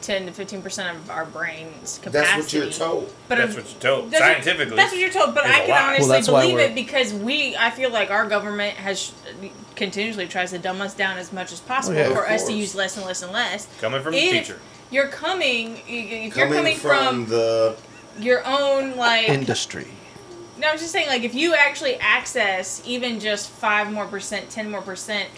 S7: ten to fifteen percent of our brain's capacity.
S5: That's what you're told.
S7: But
S8: That's
S7: if-
S8: what you're told.
S7: That's what-
S8: Scientifically.
S7: that's what you're told. But
S8: it's
S7: I
S8: a
S7: can
S8: lie.
S7: honestly
S6: Well, that's why
S7: believe
S6: we're-
S7: it because we, I feel like our government has continuously tries to dumb us down as much as possible
S6: Oh, yeah, of
S7: for us to
S5: course.
S7: use less and less and less.
S8: Coming from a
S7: If
S8: teacher.
S7: You're coming. If you're
S5: Coming,
S7: coming
S5: from,
S7: from,
S5: the
S7: your own like
S6: industry.
S7: no, I was just saying, like, if you actually access even just five more percent, ten more percent,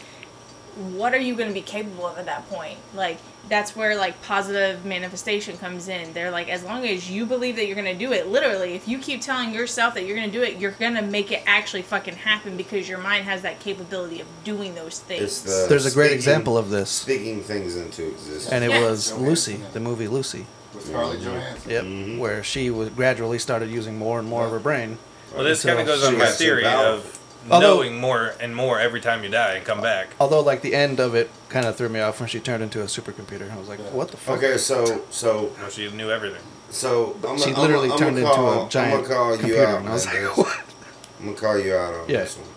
S7: what are you going to be capable of at that point? Like, that's where like positive manifestation comes in. They're like, as long as you believe that you're going to do it, literally, if you keep telling yourself that you're going to do it, you're going to make it actually fucking happen because your mind has that capability of doing those things.
S5: it's the
S6: There's a great
S5: speaking-
S6: example of this,
S5: speaking things into existence.
S6: and it
S7: Yeah.
S6: was
S9: Okay.
S6: Lucy, the movie Lucy.
S9: with Scarlett Johansson.
S6: Yep,
S5: Mm-hmm.
S6: where she was gradually started using more and more of her brain.
S8: Well, this
S6: So
S8: kind of goes on
S5: she
S8: my
S5: has to
S8: theory
S5: balance
S8: of
S6: Although-
S8: knowing more and more every time you die and come back.
S5: Oh.
S6: Although, like the end of it, kind of threw me off when she turned into a supercomputer. I was like, "What the fuck?"
S5: Okay, so so
S8: No, she knew everything.
S5: so I'm
S6: She literally
S5: I'm
S6: turned into a
S5: call,
S6: giant
S5: I'm gonna call you
S6: computer,
S5: out.
S6: and I was
S5: on
S6: like,
S5: this.
S6: "What?"
S5: I'm gonna call you out on
S6: Yeah.
S5: this one,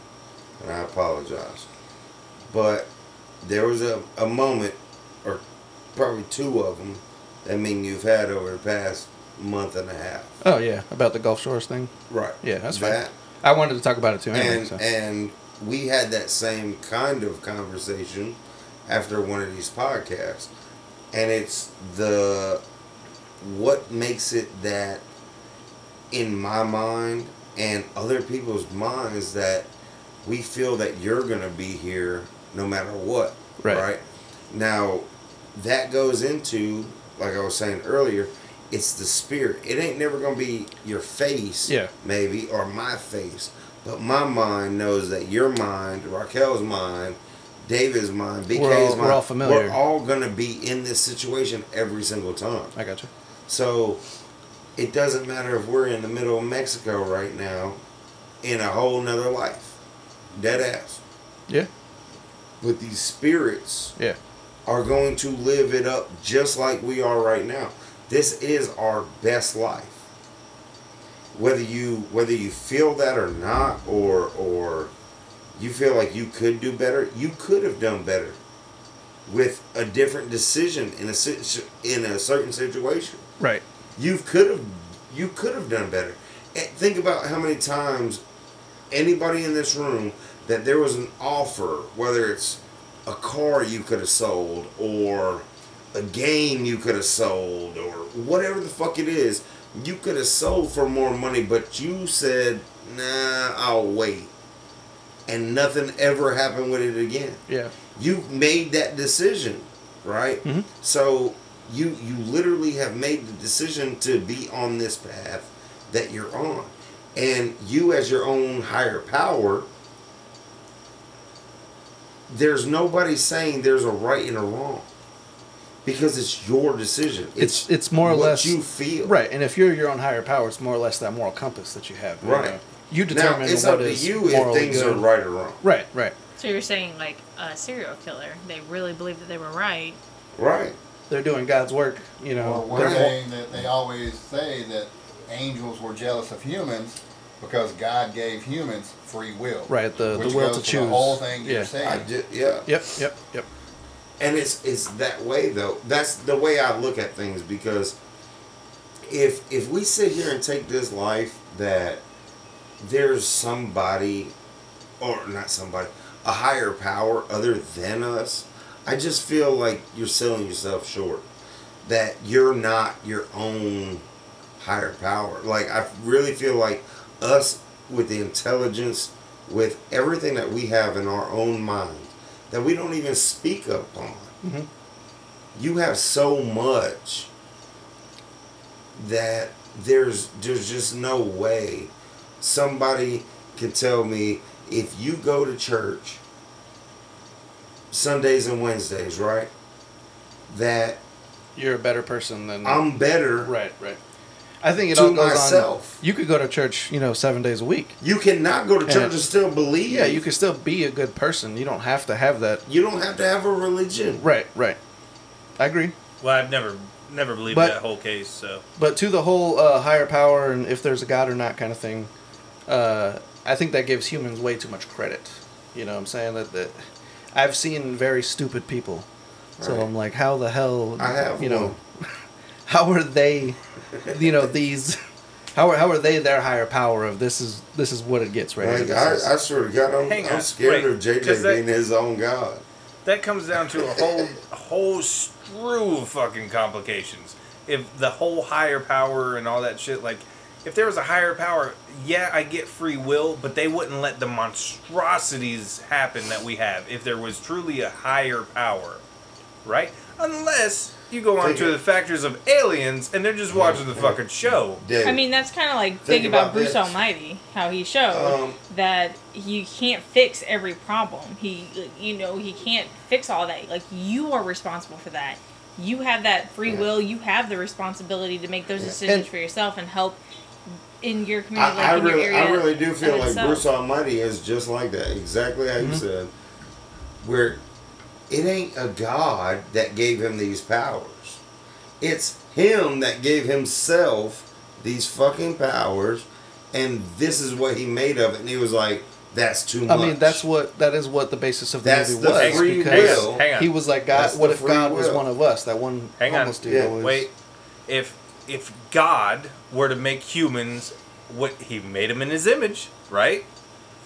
S5: and I apologize. But there was a, a moment, or probably two of them, that mean you've had over the past month and a half.
S6: Oh yeah, about the Gulf Shores thing.
S5: Right.
S6: Yeah, that's fine.
S5: that,
S6: I wanted to talk about it too. Anyway,
S5: and
S6: so.
S5: and we had that same kind of conversation after one of these podcasts and it's the what makes it that in my mind and other people's minds that we feel that you're gonna be here no matter what
S6: Right.
S5: now that goes into like i was saying earlier it's the spirit it ain't never gonna be your face
S6: Yeah.
S5: maybe or my face but my mind knows that your mind raquel's mind david's mind bk's
S6: We're all-
S5: mind
S6: we're all familiar.
S5: we're all gonna be in this situation every single time
S6: I got you.
S5: so it doesn't matter if we're in the middle of Mexico right now in a whole nother life. Dead ass.
S6: Yeah,
S5: But these spirits
S6: yeah.
S5: are going to live it up just like we are right now. This is our best life. Whether you whether you feel that or not or or you feel like you could do better, you could have done better with a different decision in a sit- in a certain situation
S6: Right.
S5: you could have you could have done better. And think about how many times anybody in this room that there was an offer, whether it's a car you could have sold or a game you could have sold or whatever the fuck it is, you could have sold for more money, but you said, "Nah, I'll wait." And nothing ever happened with it again
S6: Yeah.
S5: you made that decision right
S6: Mm-hmm.
S5: so you you literally have made the decision to be on this path that you're on and you as your own higher power there's nobody saying there's a right and a wrong because it's your decision
S6: It's- it's more or
S5: what
S6: less-
S5: you feel
S6: Right. And if you're your own higher power, it's more or less that moral compass that you have. you
S5: Right.
S6: know? You
S5: now
S6: determine
S5: it's
S6: what
S5: up to
S6: is
S5: you if
S6: morally
S5: things
S6: good.
S5: are right or wrong
S6: Right. Right.
S7: So you're saying like a serial killer, they really believe that they were right.
S5: right
S6: They're doing God's work. You know.
S9: Well, one
S6: They're mo-
S9: thing that they always say that angels were jealous of humans because God gave humans free will.
S6: Right, the- the
S9: which
S6: will
S9: goes
S6: to
S9: The
S6: choose.
S9: whole thing
S6: Yeah.
S9: you're saying.
S5: I ju- yeah
S6: Yep. Yep. Yep.
S5: and it's it's that way though that's the way i look at things because if if we sit here and take this life that there's somebody or not somebody a higher power other than us I just feel like you're selling yourself short. That you're not your own higher power. Like I really feel like us with the intelligence, with everything that we have in our own mind, that we don't even speak upon. You have so much that there's there's just no way somebody can tell me if you go to church Sundays and Wednesdays, right? That
S6: You're a better person than
S5: I'm better.
S6: Mm-hmm. Right, right. I think it
S5: To
S6: all goes
S5: myself.
S6: on. You could go to church, you know, seven days a week.
S5: You cannot go to church
S6: Yeah.
S5: and still believe.
S6: Yeah, you could still be a good person. You don't have to have that.
S5: You don't have to have a religion.
S6: Right, right. I agree.
S8: Well, I've never never believed
S6: But-
S8: that whole case. So
S6: But to the whole uh, higher power and if there's a god or not kind of thing, uh, I think that gives humans way too much credit. You know what I'm saying? That, that I've seen very stupid people. So
S5: Right.
S6: I'm like, how the hell?
S5: I have
S6: you
S5: one.
S6: know, how are they? You know these. How are, how are they their higher power of this is this is what it gets right? here,
S5: Like
S6: this
S5: I,
S6: is-
S5: I sort of got. I'm,
S8: Hang
S5: I'm
S8: on,
S5: scared
S8: wait,
S5: of JJ
S8: 'cause that-
S5: being his own god.
S8: that comes down to a whole a whole strew of fucking complications. If the whole higher power and all that shit, like if there was a higher power, yeah, I get free will, but they wouldn't let the monstrosities happen that we have if there was truly a higher power, right? Unless you go on to the factors of aliens and they're just watching the fucking show.
S5: Dude,
S7: I mean, that's kind of like thinking
S5: about
S7: about, Bruce
S5: this.
S7: Almighty, how he showed
S5: Um,
S7: that you can't fix every problem. He, you know, he can't fix all that. Like you are responsible for that. You have that free
S5: Yeah.
S7: will. You have the responsibility to make those decisions
S6: And-
S7: for yourself and help in your
S5: I,
S7: community. like
S5: I
S7: in
S5: really,
S7: your area
S5: I really do
S7: of
S5: feel like
S7: itself.
S5: Bruce Almighty is just like that, exactly how
S6: Mm-hmm.
S5: you said. Where it ain't a god that gave him these powers; it's him that gave himself these fucking powers, and this is what he made of it. And he was like, "That's too
S6: I
S5: much."
S6: mean, that's what that is what the basis of the
S5: That's
S6: movie
S5: the
S6: was
S8: free
S6: because
S8: will. Hang on.
S6: he was like,
S5: That's
S6: God,
S5: the
S6: what if
S5: free
S6: God was
S5: will.
S6: one of us? That one
S8: Hang on.
S6: homeless dude.
S5: Yeah,
S6: was,
S8: Wait, if if God were to make humans, what he made them in His image, right?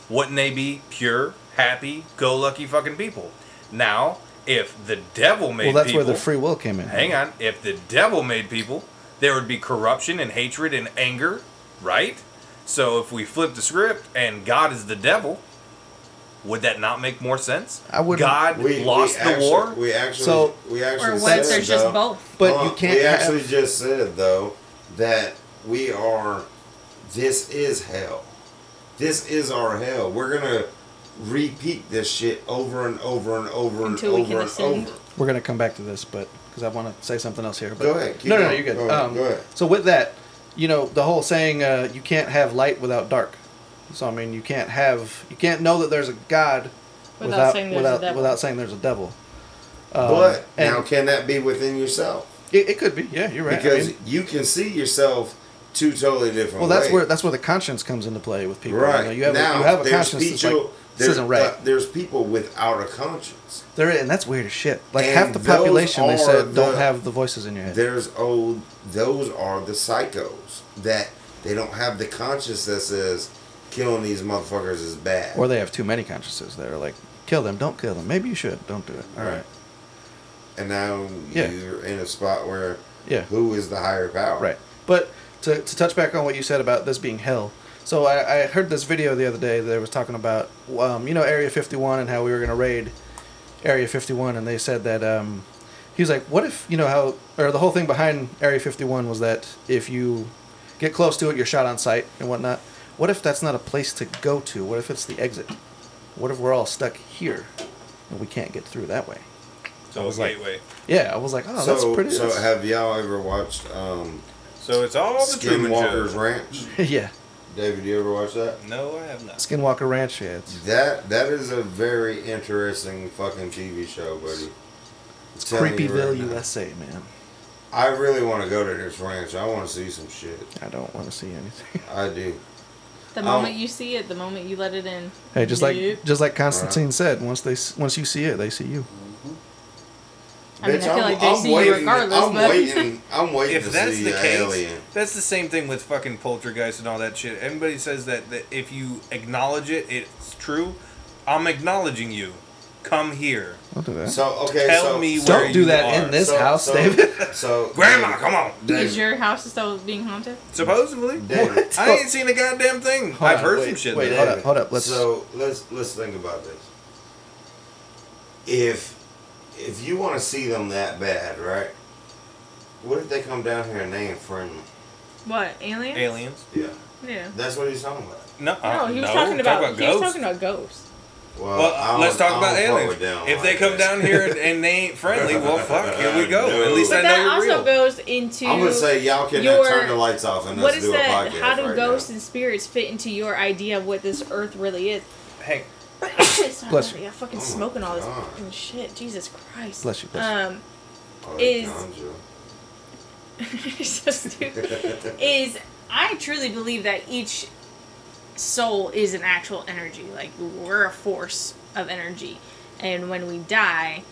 S8: Wouldn't they be pure, happy, go lucky fucking people? Now, if the devil made
S6: Well, that's
S8: people,
S6: where the free will came in.
S8: hang on, if the devil made people, there would be corruption and hatred and anger, right? So if we flip the script and God is the devil, would that not make more sense?
S6: I wouldn't-
S8: God lost the
S5: actually,
S8: war.
S5: We actually,
S6: So-
S5: we actually
S7: Or what
S5: said,
S7: if there's just
S5: though-
S7: both?
S6: But
S5: Well,
S6: you can't
S5: We
S6: have-
S5: actually just said though that we are. This is hell. This is our hell. We're gonna repeat this shit over and over and over and
S7: Until we can
S5: over and
S7: ascend.
S5: over.
S6: We're gonna come back to this, but because I want to say something else here. But
S5: Go ahead, keep
S6: no, no, no,
S5: going.
S6: you're good.
S5: Go ahead,
S6: um,
S5: go ahead.
S6: So with that, you know the whole saying, uh, you can't have light without dark. So I mean, you can't have, you can't know that there's a God
S7: Without
S6: without
S7: saying there's a
S6: without,
S7: devil.
S6: without saying there's a devil. Um,
S5: but
S6: and
S5: now, can that be within yourself?
S6: it, it could be. Yeah, you're right. I
S5: Because
S6: mean-
S5: you can see yourself two totally different.
S6: Well, that's
S5: ways.
S6: where that's where the conscience comes into play with people.
S5: right
S6: You, know, you have
S5: now
S6: a, you have a
S5: there's
S6: conscience. that's
S5: people-
S6: like, this
S5: there's-
S6: isn't right.
S5: uh, there's people without a conscience.
S6: There is, and that's weird as shit. Like
S5: And
S6: half the
S5: those
S6: population, they
S5: are
S6: said,
S5: the-
S6: don't have the voices in your head.
S5: There's old. Those are the psychos that they don't have the conscience that says killing these motherfuckers is bad.
S6: Or they have too many consciences that are like, kill them, don't kill them. Maybe you should, don't do it. All right.
S5: Right. and now
S6: Yeah.
S5: you're in a spot where
S6: Yeah.
S5: who is the higher power?
S6: Right. But to, to touch back on what you said about this being hell, so I, I heard this video the other day that was talking about, um, you know, Area 51 and how we were going to raid Area 51, and they said that um, he was like, what if, you know, how, or the whole thing behind Area 51 was that if you get close to it, you're shot on sight and whatnot. What if that's not a place to go to? What if it's the exit? What if we're all stuck here and we can't get through that way?
S8: So
S6: was like-
S8: gateway.
S6: Yeah, I was like, oh,
S5: so,
S6: that's pretty.
S5: so
S6: that's-
S5: have y'all ever watched um,
S8: So it's all the Truman
S5: Skinwalker's
S8: Show.
S5: Ranch?
S6: yeah,
S5: David, you ever watch that?
S8: No, I have not.
S6: Skinwalker Ranch. Yeah, it's,
S5: That that is a very interesting fucking TV show, buddy.
S6: it's
S5: Telling you
S6: Creepyville,
S5: right now.
S6: USA, man.
S5: I really want to go to this ranch. I want to see some shit.
S6: I don't want to see anything.
S5: I do.
S7: The
S5: Um,
S7: moment you see it, the moment you let it in.
S6: Hey, just
S7: Nope.
S6: like just like Constantine said, once they s- once you see it, they see you.
S7: I mean, I feel like they see you regardless,
S5: I'm
S7: but-
S5: waiting. I'm waiting to
S8: if that's
S5: see
S8: the
S5: an
S8: case,
S5: alien.
S8: that's the same thing with fucking poltergeist and all that shit. Everybody says that, that if you acknowledge it, it's true. I'm acknowledging you. Come here.
S6: Don't do that.
S5: So okay,
S8: Tell
S5: so,
S8: me
S5: so-
S8: where
S6: Don't do
S8: you
S6: that
S8: are.
S6: in this
S5: so-
S6: house,
S5: so-
S6: David.
S5: So
S1: Grandma, come on.
S7: Is
S5: David,
S7: your house still being haunted?
S8: Supposedly.
S5: David,
S8: I ain't seen a goddamn thing.
S6: Hold
S8: I've
S6: on,
S8: heard
S6: wait,
S8: some shit.
S6: wait,
S8: though.
S6: hold up, hold up. Let's.
S5: so let's let's think about this. If if you want to see them that bad, right? What if they come down here and they ain't friendly?
S7: What aliens?
S8: Aliens.
S5: Yeah,
S7: Yeah.
S5: that's what he's talking about.
S8: No,
S7: No,
S8: uh,
S7: he was
S8: no.
S7: talking about, he was
S8: ghosts.
S7: talking about ghosts.
S5: Well,
S8: Well,
S5: Uh, I don't-
S8: let's
S5: I
S8: talk about
S5: don't fuck
S8: aliens.
S5: with them
S8: If they
S5: like
S8: come
S5: that.
S8: down here and, and they ain't friendly, well, fuck, here we go.
S5: No.
S8: At least I
S7: But
S8: know
S7: that
S8: you're
S7: also
S8: real.
S7: goes into
S5: I'm gonna say y'all can
S7: your-
S5: turn the lights off and
S7: what
S5: let's
S7: is
S5: do a
S7: that?
S5: podcast.
S7: How do
S5: right
S7: ghosts
S5: now.
S7: and spirits fit into your idea of what this Earth really is?
S8: Hey,
S7: Sorry,
S6: Bless
S7: I'm fucking
S5: Oh my
S7: smoking all this
S5: God.
S7: fucking shit. Jesus Christ.
S6: Bless you, bless
S7: Um,
S5: Oh, they
S7: is-
S5: conjure.
S7: it's so stupid. is I truly believe that each soul is an actual energy. Like we're a force of energy, and when we die,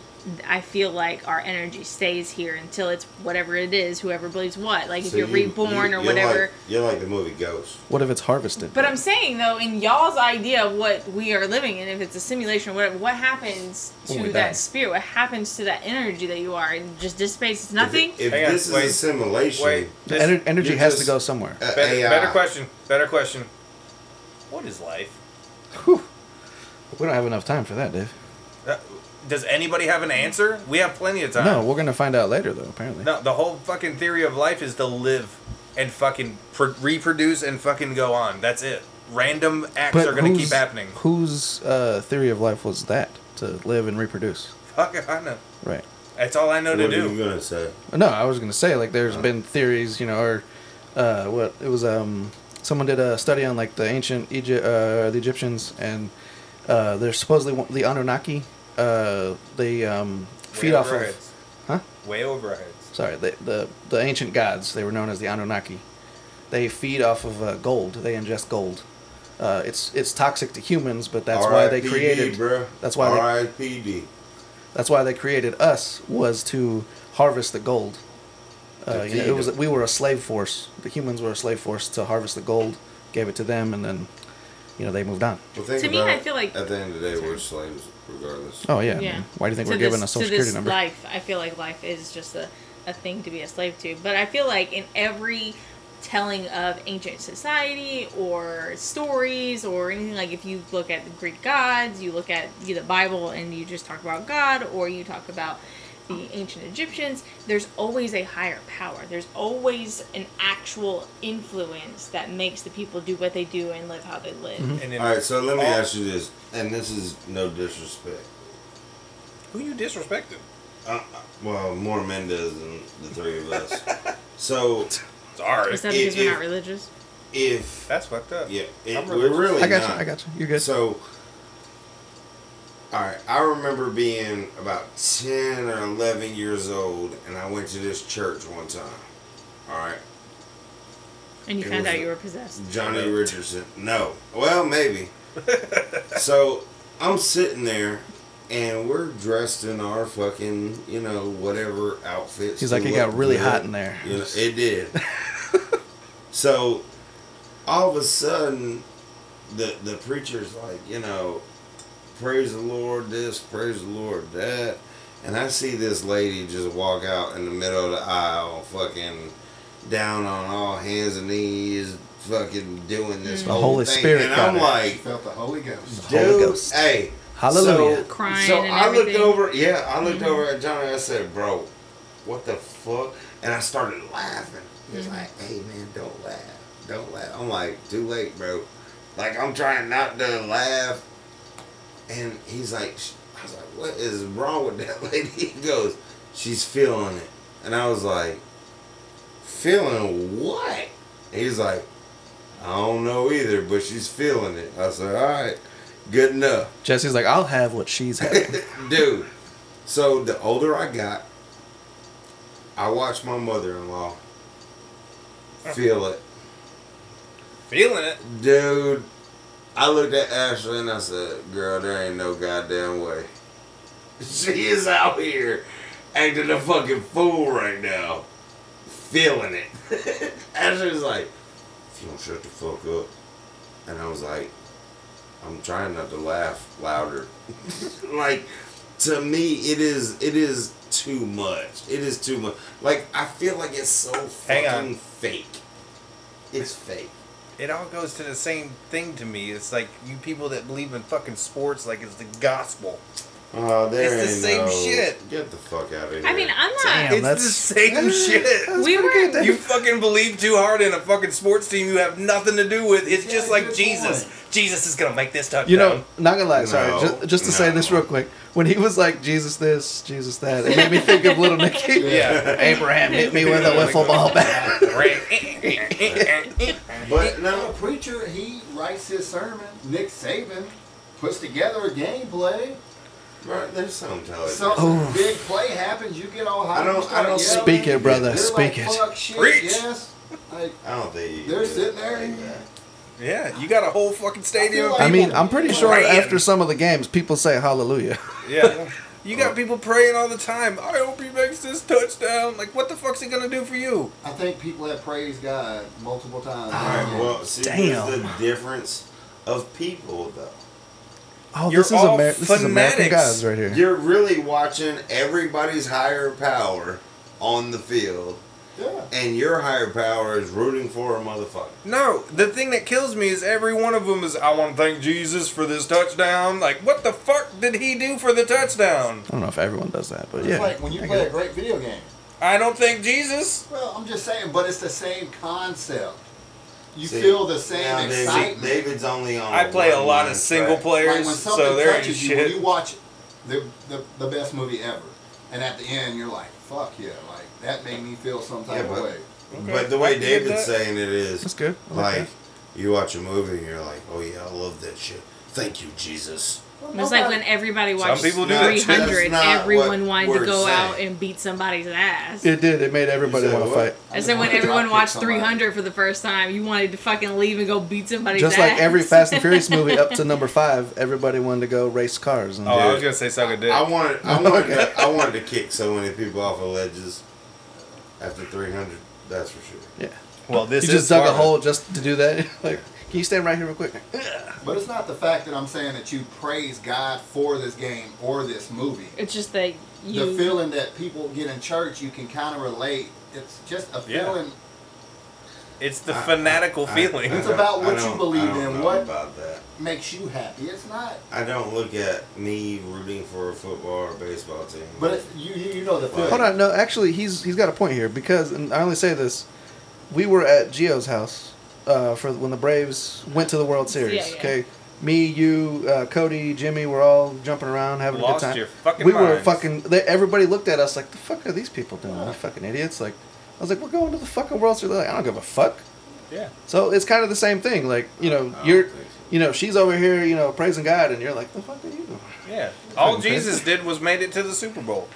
S7: I feel like our energy stays here until it's whatever it is. Whoever believes what, like if
S5: So
S7: you're
S5: you-
S7: reborn
S5: you-
S7: or
S5: you're
S7: whatever.
S5: Like, you're like the movie Ghost.
S6: what if it's harvested?
S7: But I'm saying though, in y'all's idea of what we are living in, if it's a simulation or whatever, what happens
S6: When we
S7: to
S6: die.
S7: that spirit? What happens to that energy that you are? And just dissipates. It's nothing.
S5: If, if
S8: Hang on,
S5: this
S8: wait.
S5: is a simulation,
S8: wait.
S6: The
S8: this-
S6: ener- energy
S5: you're
S6: has
S5: just-
S6: to go somewhere.
S5: uh,
S8: better,
S5: AI.
S8: better question. Better question. What is life?
S6: Whew. We don't have enough time for that, Dave.
S8: Uh, Does anybody have an answer? We have plenty of time.
S6: No, we're gonna find out later, though. Apparently.
S8: No, the whole fucking theory of life is to live and fucking pr- reproduce and fucking go on. That's it. Random acts are going to keep
S6: whose-
S8: happening.
S6: Whose uh, theory of life was that to live and reproduce?
S8: Fuck, I know.
S6: Right.
S8: That's all I know
S5: What
S8: to
S5: are
S8: do.
S5: you gonna say?
S6: No, I was gonna say like there's been theories, you know, or uh, what it was. Um, someone did a study on like the ancient Egypt, uh, the Egyptians, and uh, they're supposedly one- the Anunnaki. Uh, they um, feed
S8: Way
S6: off
S8: over our
S6: of
S8: heads.
S6: Huh?
S8: Way over our heads.
S6: sorry the, the the ancient gods. They were known as the Anunnaki. They feed off of uh, gold. They ingest gold. Uh, it's it's toxic to humans, but that's why they
S5: RIPD,
S6: created.
S5: E, bruh.
S6: that's why they-
S5: R.I.P.D.
S6: That's why they created us was to harvest the gold.
S5: To
S6: Uh, you know,
S5: feed
S6: it was
S5: them.
S6: we were a slave force. The humans were a slave force to harvest the gold, gave it to them, and then you know they moved on.
S5: Well, think
S7: To me,
S5: about
S7: I
S5: it.
S7: feel like-
S5: at the end of the day, we're slaves regardless.
S6: Oh yeah. I
S7: Yeah.
S6: mean, why do you think
S7: to
S6: we're given a
S7: this-
S6: social
S7: to this
S6: security number?
S7: Life, I feel like life is just a, a thing to be a slave to. But I feel like in every telling of ancient society or stories or anything like if you look at the Greek gods, you look at you the Bible and you just talk about God or you talk about the ancient Egyptians, there's always a higher power. There's always an actual influence that makes the people do what they do and live how they live.
S6: Mm-hmm.
S8: And then
S5: All right, so let me
S8: all-
S5: ask you this, and this is no disrespect.
S8: Who you disrespecting?
S5: Uh, uh, well, more Mendez than the three of us. so
S1: Sorry.
S7: Is that
S5: If-
S7: because we're
S5: if-
S7: not religious?
S5: if
S8: That's fucked up.
S5: yeah, it,
S8: I'm
S5: we're
S8: religious.
S5: really
S6: I got
S5: not.
S6: you. I got you. You're good.
S5: So, all right, I remember being about 10 or 11 years old, and I went to this church one time. All right,
S7: And you
S5: It
S7: found
S5: was
S7: out
S5: a-
S7: you were possessed.
S5: Johnny Richardson. No. Well, maybe. so, I'm sitting there, and we're dressed in our fucking, you know, whatever outfits.
S6: He's
S5: to
S6: like, it
S5: look
S6: got really
S5: good.
S6: hot in there.
S5: You know, it did. so all of a sudden, the the preacher's like, you know, praise the Lord, this, praise the Lord, that, and I see this lady just walk out in the middle of the aisle, fucking down on all hands and knees, fucking doing this
S6: The
S5: whole
S6: Holy
S5: thing.
S6: Spirit
S5: and
S6: got
S5: I'm
S6: her.
S9: She
S5: like,
S9: felt the Holy Ghost.
S6: Holy
S5: dude,
S6: Ghost.
S5: hey,
S6: Hallelujah.
S5: so,
S7: Crying
S5: so
S7: and
S5: I looked
S7: everything. Mm-hmm.
S5: over, yeah, I looked over at Johnny. I said, "Bro, what the fuck?" And I started laughing. He
S7: Mm-hmm.
S5: was like, "Hey man, don't laugh, don't laugh." I'm like, "Too late, bro." Like I'm trying not to laugh, and he's like, sh- "I was like, what is wrong with that lady?" He goes, "She's feeling it," and I was like, "Feeling what?" And he's like, "I don't know either, but she's feeling it." I said, "All right, good enough."
S6: Jesse's like, I'll have what she's having.
S5: Dude, so the older I got, I watched my mother in law feel it.
S8: Feeling it.
S5: Dude, I looked at Ashley and I said, Girl, there ain't no goddamn way. She is out here acting a fucking fool right now. Feeling it. Ashley was like, If you don't shut the fuck up. And I was like, I'm trying not to laugh louder. like to me, it is it is too much. It is too much. Like I feel like it's so
S8: Hang on.
S5: fucking fake. It's fake.
S8: It all goes to the same thing to me. It's like you people that believe in fucking sports, like it's the gospel.
S5: Oh, there
S8: It's the
S5: ain't
S8: same
S5: no-
S8: shit.
S5: Get the fuck out of here.
S7: I mean, I'm not.
S6: Damn,
S8: it's
S6: that's-
S8: the same shit.
S7: we
S6: pretty
S7: were.
S8: You fucking believe too hard in a fucking sports team you have nothing to do with. It's just like Jesus. Jesus is gonna make this touchdown.
S6: You know, not gonna lie. Sorry,
S5: No,
S6: just, just to say this
S5: no.
S6: real quick. When he was like Jesus this, Jesus that, it made me think of Little Nicky.
S8: Yeah.
S6: Abraham hit me with a wiffle ball bat.
S5: but
S9: Now, a
S5: no.
S9: preacher, he writes his sermon. Nick Saban puts together a game play.
S5: Right, there's some talent.
S9: Some
S6: Oof.
S9: big play happens. You get all high.
S5: Oh, I don't-
S9: you start
S5: I don't
S9: yelling.
S6: Speak it, brother.
S9: They're
S6: Speak
S9: like,
S6: it.
S9: Fuck, shit,
S8: Preach.
S9: Yes. Like,
S5: I don't think you
S9: They're
S5: do
S9: sitting there.
S5: like that.
S8: yeah, you got a whole fucking stadium.
S9: like-
S6: I mean, I'm pretty sure
S8: Ran.
S6: after some of the games, people say Hallelujah.
S8: Yeah. You got people praying all the time. I hope he makes this touchdown. Like, what the fuck's he gonna do for you?
S9: I think people have praised God multiple times.
S5: All right,
S9: Oh,
S5: well, see,
S6: Damn.
S5: here's the difference of people, though.
S6: Oh,
S8: You're
S6: this is
S8: all
S6: Amer- this is American
S8: fanatics.
S6: gods right here.
S5: You're really watching everybody's higher power on the field,
S9: yeah.
S5: and your higher power is rooting for a motherfucker.
S8: No, the thing that kills me is every one of them is I want to thank Jesus for this touchdown. Like, what the fuck did he do for the touchdown?
S6: I don't know if everyone does that, but
S9: It's
S6: yeah.
S9: like when you
S6: I
S9: play
S6: get
S9: a
S6: it.
S9: great video game.
S8: I don't thank Jesus.
S9: Well, I'm just saying, but it's the same concept. You
S5: See,
S9: feel the same
S5: now David-
S9: excitement.
S5: David's only on.
S8: I play a lot
S5: one-man
S8: of single
S5: track.
S8: players,
S9: like when something
S8: so there ain't
S9: touches you, when you
S8: shit.
S9: watch the, the the best movie ever, and at the end you're like, "Fuck yeah!" Like that made me feel some type
S5: Yeah,
S9: of
S5: but-
S9: way.
S8: Okay,
S5: But the
S8: I
S5: way
S8: can get
S5: David's
S8: that.
S5: saying it is,
S6: That's good. I like
S5: Like, you watch a movie and you're like, oh yeah, I love that shit. Thank you, Jesus.
S7: It's like when everybody watched
S8: people do that shit.
S7: 300,
S5: That's not what
S7: everyone wanted to
S5: we're
S7: go out
S5: saying.
S7: and beat somebody's ass.
S6: It did. It made everybody
S5: You said
S6: want to
S5: what?
S6: fight.
S7: I said when
S9: Drop
S7: everyone
S9: kick
S7: watched
S9: somebody.
S7: 300 for the first time, you wanted to fucking leave and go beat somebody's
S6: Just
S7: ass.
S6: like every Fast and Furious movie up to number five, everybody wanted to go race cars. And
S8: Oh, I was
S5: Dude.
S8: gonna say suck a dick.
S5: I wanted, I wanted, to, I wanted to kick so many people off of ledges after 300. That's for sure.
S6: yeah.
S8: well, this
S6: You
S8: is
S6: just dug a
S8: Florida.
S6: hole just to do that. like, can you stand right here real quick?
S9: But it's not the fact that I'm saying that you praise God for this game or this movie.
S7: It's just that you.
S9: The feeling that people get in church, you can kind of relate. It's just a
S8: Yeah.
S9: feeling.
S8: It's the
S5: I-
S8: fanatical
S5: I-
S8: feeling.
S5: I
S9: It's
S5: don't-
S9: about
S5: I
S9: what you
S5: don't-
S9: believe
S5: I don't
S9: in,
S5: know
S9: what-
S5: about that?
S9: Makes you happy. It's not,
S5: I don't look at me rooting for a football or baseball team.
S9: but it's, you you you know the feeling.
S6: Hold on, no, actually, he's he's got a point here because, and I only say this, we were at Geo's house uh, for when the Braves went to the World Series.
S7: yeah.
S6: Okay, me, you, uh, Cody, Jimmy, we're all jumping around having
S8: Lost
S6: a good time.
S8: your fucking
S6: we were
S8: minds.
S6: fucking. They, everybody looked at us like, "The fuck are these people doing? They're fucking idiots!" Like, I was like, "We're going to the fucking World Series." They're like, I don't give a fuck.
S8: Yeah.
S6: So it's kind of the same thing. Like, you know,
S5: don't
S6: you're,
S5: think so.
S6: you know, she's over here, you know, praising God, and you're like, "The fuck are you doing?"
S8: Yeah. All
S6: Okay.
S8: Jesus did was made it to the Super Bowl.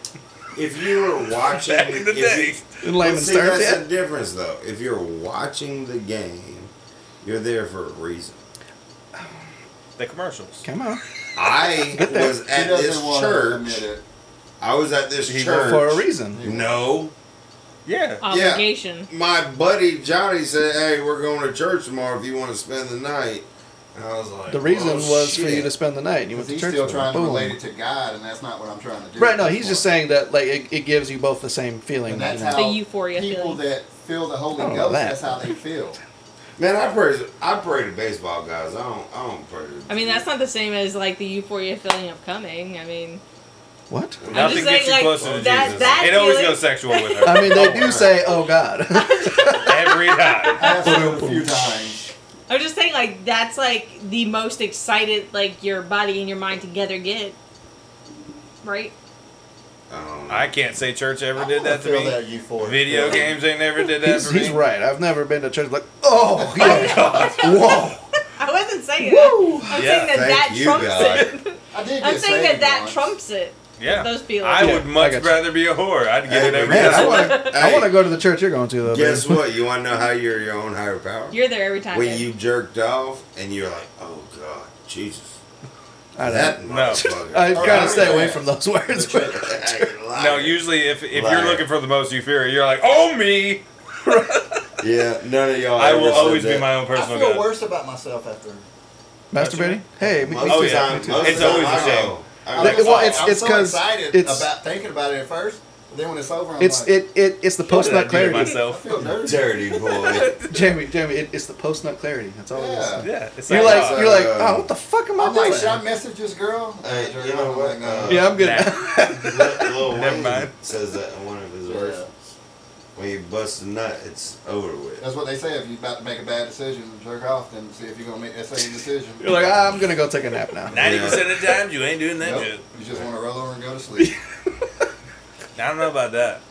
S5: if you were watching,
S8: Back in the
S5: if you-
S8: day.
S6: In
S5: But
S6: layman's
S5: see,
S6: terms,
S5: that's
S6: yeah.
S5: the difference, though. If you're watching the game, you're there for a reason.
S8: The commercials.
S6: Come on,
S5: I was
S9: He
S5: at
S9: doesn't
S5: this
S9: wanna admit
S5: church.
S9: it.
S5: I was at this church
S6: for a reason.
S5: No,
S8: Yeah.
S7: Obligation.
S5: my buddy Johnny said, "Hey, we're going to church tomorrow. If you want to spend the night." And I was like,
S6: The reason
S5: "Oh,
S6: was for
S5: shit."
S6: you to spend the night. And you went to
S9: he's
S6: church.
S9: still
S6: with him.
S9: trying to
S6: Boom.
S9: relate it to God, and that's not what I'm trying to do.
S6: Right, no, he's
S9: That's
S6: just
S9: why.
S6: saying that like it, it gives you both the same feeling.
S9: And that's
S6: you know?
S9: how
S7: The euphoria
S9: people
S7: feeling.
S9: that feel the Holy
S6: I don't know
S9: Ghost.
S6: that.
S9: That's how they feel.
S5: Man, I pray. to- I pray to baseball guys. I don't. I don't pray. To
S7: I mean, that's not the same as like the euphoria feeling of coming. I mean,
S6: what?
S7: I'm
S8: Nothing
S7: just saying,
S8: gets you
S7: like,
S8: closer to
S7: that-
S8: Jesus.
S7: that
S8: it always
S7: feeling-
S8: goes sexual with her.
S6: I mean, they
S8: Don't
S6: do
S8: worry.
S6: say, "Oh God."
S8: every time.
S9: I have said it a few times.
S7: I'm just saying like that's like the most excited like your body and your mind together get. Right?
S5: I don't know.
S8: I can't say church ever did that to
S9: feel
S8: me.
S9: that euphoria.
S8: Video
S9: feeling.
S8: games ain't never did that
S6: he's,
S8: for me.
S6: he's right. I've never been to church like, "Oh yeah, whoa."
S7: I wasn't saying that. I'm
S8: Yeah,
S7: saying that that
S5: thank you,
S7: trumps
S5: God.
S7: it.
S9: I did
S7: I'm
S9: get
S7: saying that
S9: saved
S7: that
S9: once.
S7: trumps it.
S8: Yeah.
S7: Those feelings.
S8: I
S6: Yeah,
S8: would
S6: I
S8: much
S6: got you.
S8: rather be a whore. I'd get
S5: Hey,
S8: it every
S5: man,
S6: I
S8: time.
S6: want to. I
S5: Hey.
S6: want to go to the church you're going to though.
S5: Guess
S6: baby.
S5: what? You want to know how you're your own higher power?
S7: You're there every time.
S5: when
S7: babe.
S5: you jerked off and you're like, "Oh God, Jesus."
S6: I
S5: That
S6: don't.
S5: motherfucker.
S6: I gotta
S9: I
S6: stay away
S9: realize.
S6: from those words. but-
S8: No, usually if, if you're
S5: Liar.
S8: looking for the most euphoria, you're like, oh me.
S5: Yeah, none of y'all.
S8: I
S5: ever
S8: will
S5: said
S8: always be
S5: that.
S8: my own
S9: I
S8: personal
S9: feel
S8: god.
S9: worse about myself after.
S6: Masturbating? Hey, me, me
S5: Most
S8: Oh,
S5: of
S6: too.
S5: the
S8: yeah.
S5: time- most
S8: It's
S5: of the
S8: always
S5: time
S8: the
S5: I
S8: same.
S5: know.
S9: I'm
S5: I
S6: Like,
S5: mean,
S6: well,
S9: so-
S6: it's-
S9: I'm
S6: it's
S9: so
S6: 'cause
S9: excited
S6: it's-
S9: about thinking about it at first. but Then when it's over, I'm
S6: It's
S9: like,
S6: it, it it's the post
S8: did I
S6: nut
S8: do to
S6: clarity,
S8: myself?
S9: I feel dirty.
S5: dirty boy.
S6: Jamie. Jamie, it, it's the post nut clarity. That's all it is.
S8: Yeah, it's
S6: You're
S8: like,
S6: like
S5: uh,
S6: you're like oh what the fuck am I
S9: I'm
S6: doing?
S9: like, should I message this girl?
S5: Hey,
S9: Nah,
S5: you know
S9: I'm
S5: what,
S9: like,
S5: uh,
S6: yeah, I'm good.
S8: nah.
S5: Lil Lil
S8: Never
S5: Wayne
S8: mind.
S5: says that in one of his
S9: Yeah.
S5: verses. When you bust a nut, it's over with.
S9: That's what they say. If you're about to make a bad decision, jerk off, then see if you're gonna make that same decision.
S6: You're like ah, I'm gonna go take a nap now.
S8: Ninety percent of the time, you ain't doing that
S9: Nope.
S8: shit.
S9: You just want to roll over and go to sleep.
S8: I don't know about that.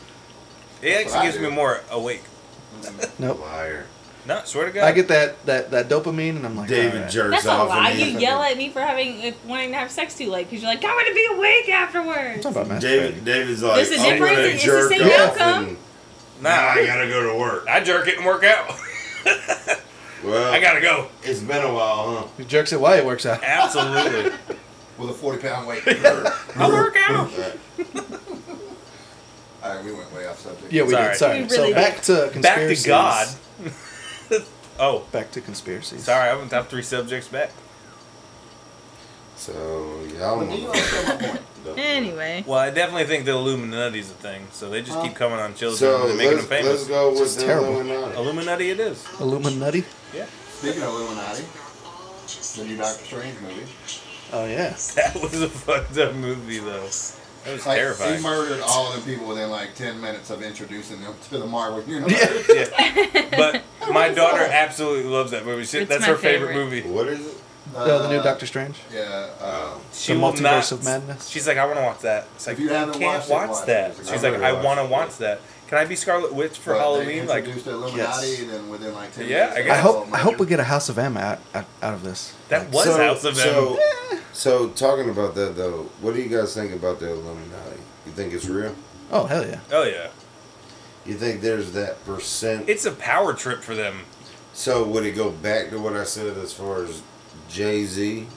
S8: It
S9: what I
S8: actually gets
S9: do.
S8: me more awake.
S6: Nope.
S5: Liar.
S8: No, swear to God.
S6: I get that that that dopamine and I'm like
S5: David
S6: alright.
S5: jerks
S7: That's a
S5: off.
S7: lie.
S5: and
S7: You
S5: then-
S7: yell at me for having if, wanting to have sex too late because you're like, I want to be awake afterwards.
S6: Talk about masturbating.
S5: David, David's like,
S7: There's a
S5: I'm
S7: difference.
S5: gonna
S7: It's the
S5: jerk
S7: same
S5: off
S7: outcome.
S5: and
S8: nah,
S5: now I
S8: I,
S5: gotta go to work.
S8: I jerk it and work out.
S5: Well,
S8: I gotta go.
S5: it's been a while, huh?
S6: He jerks it while it works out.
S8: Absolutely.
S9: With a 40 pound weight.
S8: I work out.
S5: Right.
S9: All right, we went way off subject.
S6: Yeah, we
S8: Sorry.
S6: did. Sorry.
S7: We
S6: so
S7: really did.
S6: back to
S8: Back to
S6: conspiracies.
S8: God. oh,
S6: Back to conspiracies.
S8: sorry. I went top three subjects back.
S5: So y'all
S9: But do you
S5: want
S9: understand my point?
S7: Anyway,
S8: Well, I definitely think the Illuminati's a thing, so they just keep coming on children
S5: So
S8: and making them
S5: let's, let's
S8: famous.
S5: go with
S6: It's
S5: the
S6: terrible.
S5: Illuminati.
S8: Illuminati, it is.
S6: Illuminati.
S8: Yeah,
S9: Speaking of Illuminati, the new Doctor Strange movie.
S6: Oh yeah.
S8: that was a fucked up movie though. That was
S9: Like,
S8: terrifying.
S9: He murdered all of the people within like 10 minutes of introducing them to the Marvel universe.
S8: yeah. But my daughter absolutely loves that movie. She,
S7: It's
S8: that's
S7: my
S8: her favorite,
S7: favorite.
S8: movie.
S5: What is it?
S6: oh, the new
S9: Uh,
S6: Doctor Strange.
S9: Yeah. Uh,
S8: She
S6: The
S8: will
S6: Multiverse
S8: not-
S6: of Madness?
S8: She's like, I want to watch that. It's like,
S9: If you
S8: you
S9: haven't
S8: can't
S9: watched
S8: watch,
S9: it, watch it.
S8: that.
S9: It's a
S8: She's
S5: good
S8: like,
S5: one.
S8: I want to watch that. Can I be Scarlet Witch for
S9: but They
S8: Halloween? Like,
S9: introduced the Illuminati and then within like 10
S8: Yeah,
S9: minutes.
S8: I
S9: they
S6: I
S8: guess.
S9: were all
S6: hope I
S9: murdered.
S6: hope we get a House of M out out, out of this.
S8: that was House of M.
S5: So, so talking about that though, what do you guys think about the Illuminati? You think it's real?
S6: Oh hell yeah.
S8: oh yeah,
S5: You think there's that percent?
S8: it's a power trip for them.
S5: so would it go back to what I said as far as Jay Z?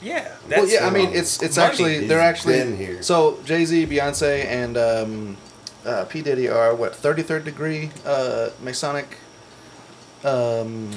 S8: Yeah,
S6: well, yeah, I
S5: um,
S6: mean, it's it's
S8: money.
S6: actually
S5: He's
S6: they're actually
S5: been here.
S6: so Jay Z, Beyonce, and um, uh, P Diddy are what thirty third degree uh, Masonic. Um,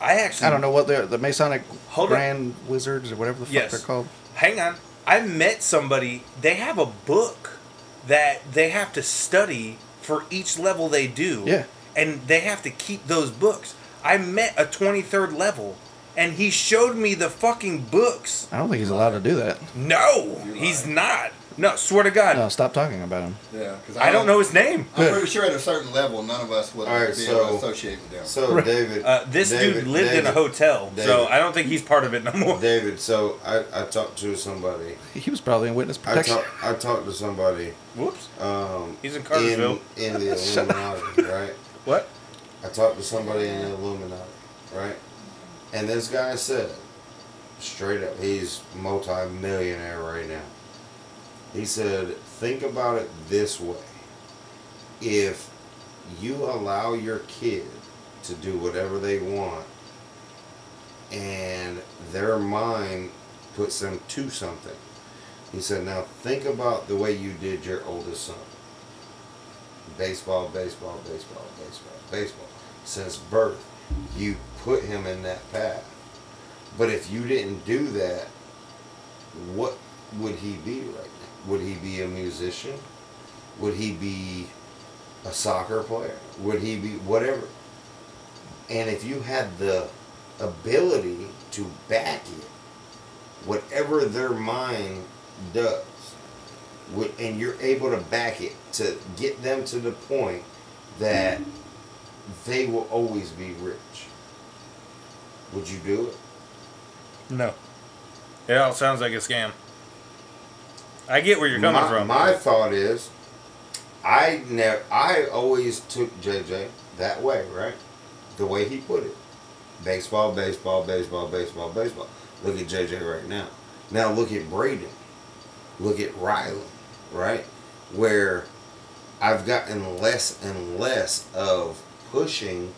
S8: I actually
S6: I don't know what they're the Masonic
S8: Hold on.
S6: Grand Wizards or whatever the fuck
S8: Yes.
S6: they're called.
S8: Hang on, I met somebody. They have a book that they have to study for each level they do.
S6: Yeah.
S8: and they have to keep those books. I met a twenty third level, and he showed me the fucking books.
S6: I don't think he's allowed to do that.
S8: No,
S9: You
S8: he's
S9: lied.
S8: not. No, swear to God.
S6: No, stop talking about him.
S9: Yeah, 'cause
S8: I don't know his name.
S9: I'm pretty sure at a certain level, none of us would
S5: All right,
S9: be
S5: so-
S9: able to associate with them.
S5: So
S6: Right.
S5: David,
S8: Uh, this
S5: David-
S8: dude lived in a
S5: David,
S8: hotel, so
S5: David.
S8: I don't think he's part of it no more.
S5: David, so I, I talked to somebody.
S6: He was probably in witness
S5: I
S6: protection.
S5: talked I talked to somebody
S8: Whoops.
S5: um,
S8: He's in
S5: in
S8: Cartersville.
S5: in the Illuminati, right?
S8: What?
S5: I talked to somebody in the Illuminati, right? And this guy said, straight up, he's multi-millionaire right now. He said, think about it this way. If you allow your kid to do whatever they want and their mind puts them to something, he said, now think about the way you did your oldest son baseball, baseball, baseball, baseball, baseball. Since birth, you put him in that path. But if you didn't do that, what would he be right now? Would he be a musician? Would he be a soccer player? Would he be whatever? And if you had the ability to back it, whatever their mind does, with, and you're able to back it to get them to the point that they will always be rich. Would you do it?
S8: No. It all sounds like a scam. I get where you're coming
S5: my,
S8: from.
S5: My thought is, I never, I always took JJ that way, right? The way he put it, baseball, baseball, baseball, baseball, baseball. Look at JJ right now. Now look at Braden. Look at Riley, right? Where I've gotten less and less of pushing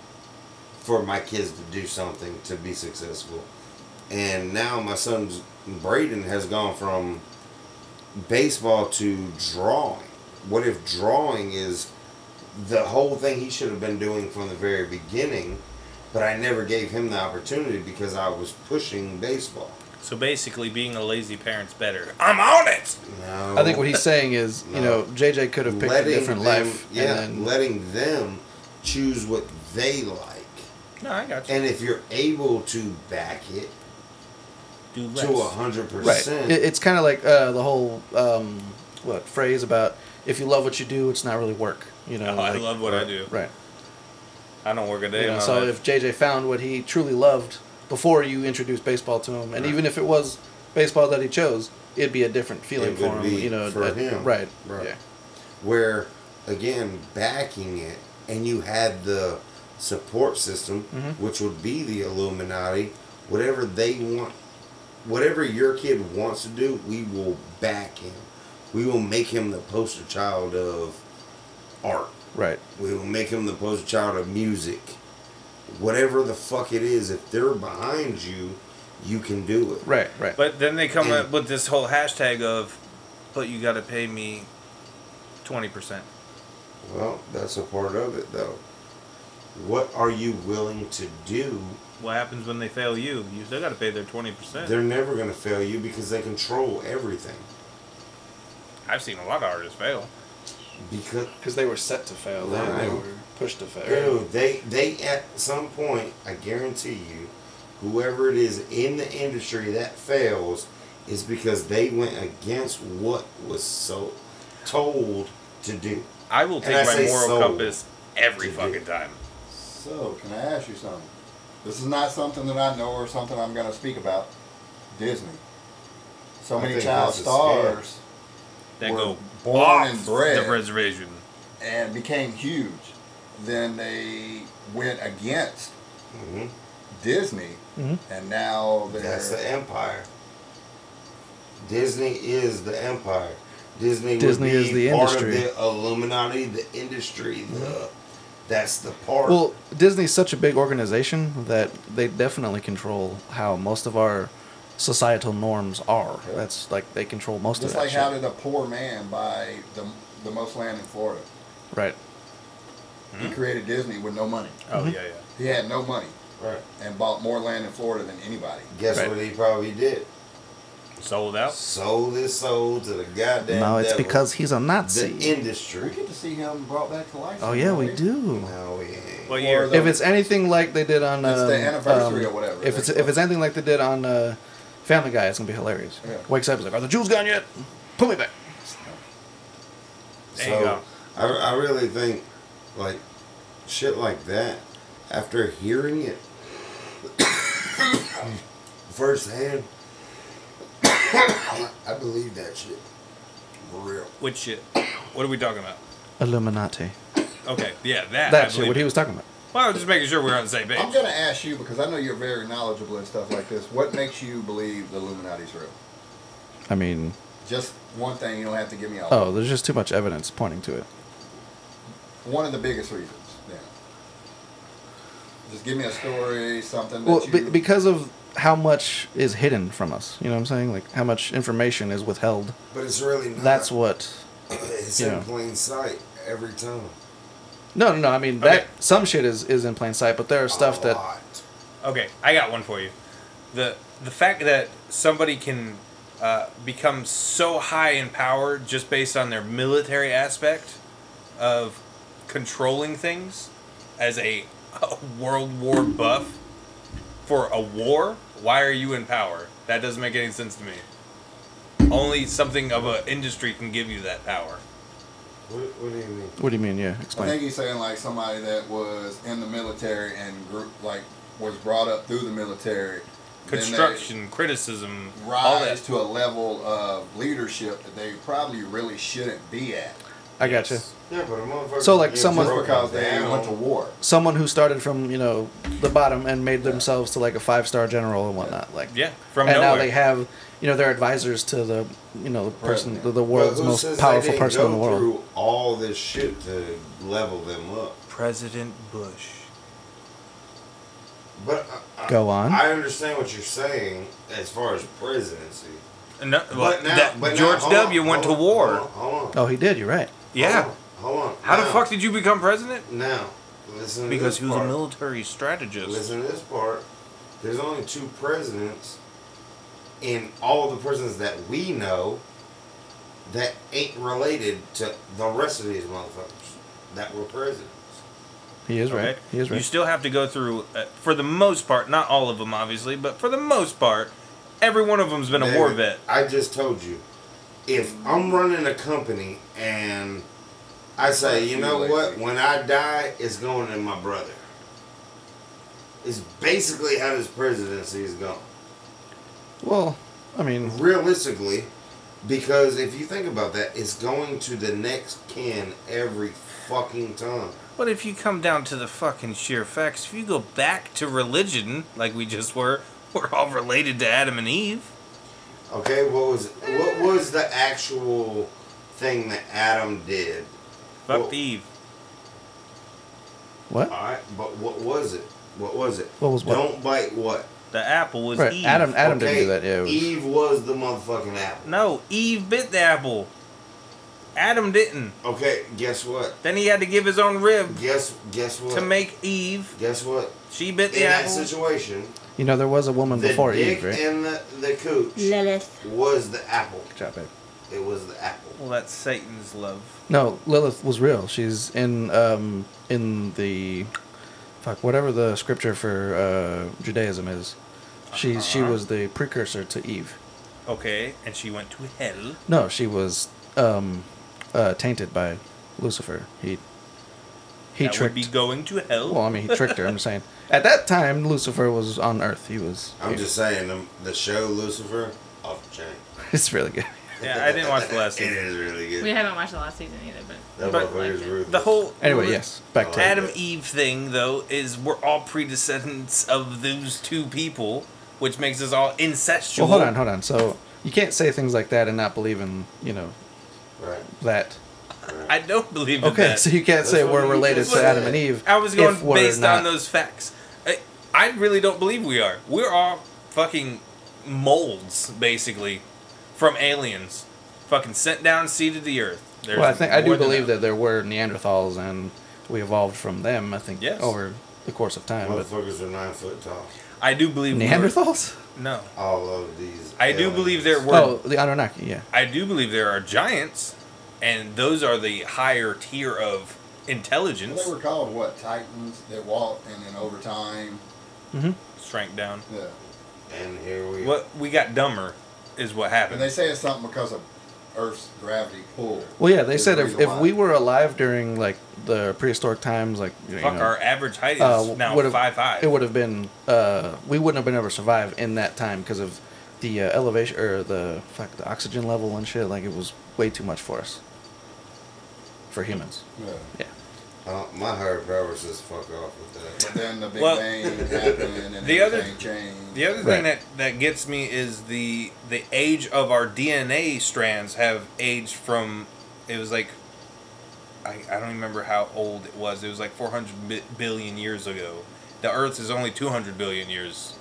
S5: for my kids to do something to be successful. And now my son's Braden has gone from baseball to drawing. What if drawing is the whole thing he should have been doing from the very beginning But I never gave him the opportunity because I was pushing baseball.
S8: So basically, being a lazy parent's better.
S1: I'm on it.
S5: No,
S6: I think what he's saying is, you know, JJ could have picked a
S5: Letting
S6: different
S5: them-
S6: life.
S5: Yeah,
S6: and then,
S5: letting them choose what they like,
S8: No, I got you.
S5: and if you're able to back it
S8: Do
S5: to
S8: less. Oh,
S5: to hundred
S6: right.
S5: percent,
S6: It, it's kind of like uh, the whole um, what phrase about if you love what you do, it's not really work. You know,
S8: Oh, I
S6: like-
S8: love what I do.
S6: right.
S8: I don't work a day.
S6: You
S8: in
S6: know,
S8: my
S6: so
S8: life.
S6: if JJ found what he truly loved before you introduced baseball to him, and even if it was baseball that he chose, it'd be a different feeling
S5: It
S6: for
S5: would
S6: him.
S5: be
S6: You know,
S5: for
S6: at-
S5: him.
S6: right?
S5: Right.
S6: Yeah.
S5: where again backing it and you had the support system which would be the illuminati whatever they want whatever your kid wants to do we will back him we will make him the poster child of art
S6: Right.
S5: we will make him the poster child of music whatever the fuck it is if they're behind you you can do it
S6: Right. Right.
S8: But then they come
S5: And-
S8: up with this whole hashtag of, but you got to pay me 20%.
S5: well that's a part of it though what are you willing to do
S8: What happens when they fail you? You still got to pay their 20%.
S5: They're never going to fail you because they control everything.
S8: I've seen a lot of artists fail.
S5: Because
S6: Because they were set to fail. They, they
S5: Right.
S6: were pushed to fail.
S5: dude, they they at some point, I guarantee you, whoever it is in the industry that fails is because they went against what was so told to do.
S8: I will
S5: I
S8: take my
S5: say
S8: moral
S5: so.
S8: compass every
S5: Mhm.
S8: fucking time.
S9: So, can I ask you something? This is not something that I know or something I'm going to speak about. Disney. So
S5: I
S9: many
S5: think
S9: child
S5: that's a scam.
S9: stars
S8: That
S9: were
S8: go
S9: born
S8: off
S9: and bred.
S8: the reservation.
S9: and became huge. Then they went against
S5: hmm
S9: Disney,
S6: Mhm.
S9: and now they're.
S5: Mm-hmm. That's the empire. Disney is the empire. Disney, would
S6: Disney
S5: be
S6: is the
S5: part
S6: industry. Mm-hmm.
S5: of the Illuminati, the industry. The that's the part.
S6: Well, Disney's such a big organization that they definitely control how most of our societal norms are. That's like they control most of
S9: just
S6: that
S9: like how
S6: shit.
S9: did a poor man buy the, the most land in Florida?
S6: Right.
S5: Mm-hmm.
S9: He created Disney with no money.
S8: Oh, yeah, yeah.
S9: He had no money
S5: right.
S9: and bought more land in Florida than anybody.
S5: Guess
S6: Right.
S5: what he probably did?
S8: Sold out.
S5: Sold his soul to the goddamn.
S6: no, it's
S5: devil.
S6: because he's a
S5: the
S6: Nazi.
S9: We
S5: industry.
S9: get to see him brought back to life.
S6: oh yeah, we
S9: someday.
S6: do.
S5: No, it ain't.
S8: What
S9: Or
S8: year?
S9: the-
S6: If it's anything like they did on
S9: It's
S6: um,
S9: the anniversary
S6: um,
S9: or whatever.
S6: If it's if it's anything like they did on uh, Family Guy, it's gonna be hilarious.
S9: Yeah.
S6: Wakes up, he's like, "Are the Jews gone yet? Put me back."
S8: There you go.
S5: I, I really think, like, shit like that, after hearing it firsthand, I believe that shit. For real.
S8: Which shit? What are we talking about?
S6: Illuminati.
S8: Okay, yeah, that. I
S6: That shit.
S8: believe
S6: What he
S8: it.
S6: was talking about.
S8: Well, I was just making sure we were on the same page.
S9: I'm going to ask you because I know you're very knowledgeable and stuff like this. What makes you believe the Illuminati's real?
S6: I mean,
S9: Just one thing. You don't have to give me all.
S6: oh, there's just too much evidence pointing to it. Oh.
S9: One of the biggest reasons. Yeah. Just give me a story, something that
S6: Well,
S9: you.
S6: be- because of how much is hidden from us. You know what I'm saying? Like how much information is withheld.
S5: But it's really not.
S6: That's what.
S5: It's
S6: you
S5: in
S6: know.
S5: plain sight every time.
S6: No, no, no. I mean that
S8: Okay.
S6: some shit is is in plain sight, but there are stuff
S5: A
S6: that
S9: Oh.
S5: lot.
S8: Okay, I got one for you. The the fact that somebody can uh, become so high in power just based on their military aspect of controlling things as a, a World War buff for a war, why are you in power? That doesn't make any sense to me. Only something of an industry can give you that power.
S5: What, what do you mean?
S6: What do you mean? Yeah,
S9: I
S6: explain.
S9: think he's saying like somebody that was in the military and group like was brought up through the military. then they
S8: Construction, criticism, all
S9: Rise
S8: that.
S9: to a level of leadership that they probably really shouldn't be at.
S6: I gotcha.
S5: Yeah, but a motherfucker.
S6: So, like,
S5: gets
S6: someone-
S9: Just
S5: broken
S9: because they
S5: down.
S9: went to war.
S6: Someone who started from you know the bottom and made themselves to like a five star general and whatnot. Like
S8: Yeah, from
S6: and
S8: nowhere.
S6: now they have you know their advisors to the you know the person
S9: President.
S6: the, the
S5: But
S6: world's
S5: who
S6: most
S5: says they
S6: powerful
S5: didn't
S6: person in the
S5: go
S6: world.
S5: Through all this shit to level them up.
S8: President Bush.
S5: But I, I-
S6: Go on.
S5: I understand what you're saying as far as presidency.
S8: No, well,
S5: but now,
S8: that-
S5: but now-
S8: George
S5: hold on,
S8: W. went to
S5: hold on,
S8: war.
S5: Hold on. hold on,
S6: oh, he did. You're right.
S8: yeah.
S5: Hold on. hold on.
S8: How the
S5: Now-
S8: fuck did you become president?
S5: Now, Listen to
S8: because
S5: this
S8: he was a
S5: part.
S8: military strategist.
S5: Listen to this part. There's only two presidents in all the presidents that we know that ain't related to the rest of these motherfuckers that were presidents.
S6: He is right.
S8: Okay?
S6: He is right.
S8: You still have to go through, uh, for the most part, not all of them, obviously, but for the most part, every one of them's been a war
S5: David,
S8: vet.
S5: I just told you, if I'm running a company and I say, you know what, when I die, it's going to my brother. It's basically how this presidency is going.
S6: well, I mean,
S5: realistically, because if you think about that, it's going to the next can every fucking time.
S8: But if you come down to the fucking sheer facts, if you go back to religion, like we just were, we're all related to Adam and Eve.
S5: Okay, what was what was the actual thing that Adam did?
S8: Fuck
S5: Well-
S8: Eve.
S6: what?
S5: All right, but what was it? What was it?
S6: What was what?
S5: Don't bite what?
S8: The apple was
S6: Right.
S8: Eve.
S6: Adam. Adam
S5: Okay,
S6: didn't do that. Yeah. it was-
S5: Eve was the motherfucking apple.
S8: No, Eve bit the apple. Adam didn't.
S5: Okay, guess what?
S8: Then he had to give his own rib
S5: Guess guess what?
S8: to make Eve.
S5: guess what?
S8: She bit
S5: In
S8: the
S5: that
S8: apple.
S5: situation,
S6: you know, there was a woman
S5: the
S6: before
S5: dick
S6: Eve, right?
S5: and the the cooch
S7: Lilith.
S5: was the apple.
S6: Good job, babe.
S5: It was the apple.
S8: Well, that's Satan's love.
S6: No, Lilith was real. She's in um in the fuck whatever the scripture for uh, Judaism is. She she
S8: Uh-huh.
S6: was the precursor to Eve.
S8: Okay, and she went to hell.
S6: No, she was um uh, tainted by Lucifer. He he
S8: that
S6: tricked.
S8: would be going to hell.
S6: well, I mean, he tricked her. I'm just saying. At that time, Lucifer was on Earth. He was.
S5: I'm just saying the, the show Lucifer off the chain.
S6: It's really good.
S8: yeah, I didn't watch the last
S5: It
S8: season.
S5: is really
S7: We
S5: good.
S7: haven't watched the last season either, but
S5: That
S8: but
S5: motherfucker is
S7: like,
S5: ruthless.
S8: The whole
S6: Anyway, yes, back
S5: I
S6: to
S5: like
S8: Oh, Adam
S5: that.
S8: Eve thing though is we're all predescendants of those two people, which makes us all incestual.
S6: Well, hold on, hold on. So you can't say things like that and not believe in you know
S5: Right.
S6: that.
S8: I don't believe in
S6: Okay,
S8: that.
S6: so you can't say
S5: That's what
S6: we're
S5: you
S6: related
S5: just
S6: to
S5: said.
S6: Adam and Eve.
S8: I was going
S6: if we're
S8: based
S6: not-
S8: on those facts. I, I really don't believe we are. We're all fucking molds, basically, from aliens, fucking sent down, seeded the earth. There's
S6: Well, I think I do
S8: more than
S6: believe that there were Neanderthals and we evolved from them. I think
S8: Yes.
S6: over the course of time. But
S5: Motherfuckers are nine foot tall.
S8: I do believe we were-
S6: Neanderthals?
S8: No,
S5: All of these.
S8: I do believe there
S5: aliens.
S6: Oh,
S8: were.
S6: the Anunnaki. Yeah.
S8: I do believe there are giants, and those are the higher tier of intelligence.
S9: They were called what? Titans that walked and then over time.
S8: shrank down.
S9: Yeah.
S5: And here we. What?
S8: What we got dumber is what
S9: And
S8: happened.
S9: they say it's something because of Earth's gravity pull.
S6: Well, yeah. They
S9: Is
S6: said
S9: the
S6: if,
S9: reason
S6: if
S9: why.
S6: we were alive during like the prehistoric times, like you
S8: Fuck,
S6: know,
S8: our average height is
S6: uh,
S8: now
S6: would've-
S8: five five.
S6: it would have been uh, we wouldn't have been able to survive in that time because of the uh, elevation or the fuck the oxygen level and shit. Like it was way too much for us. For humans.
S9: Yeah.
S6: Yeah.
S5: Uh, my higher power says fuck off with that.
S9: But then the Big
S8: Well,
S9: Bang happened and
S8: the other-
S9: everything changed.
S8: The other
S6: Right.
S8: thing that, that gets me is the the age of our DNA strands have aged from it was like I, I don't remember how old it was. It was like 400 bi- billion years ago. The Earth is only 200 billion years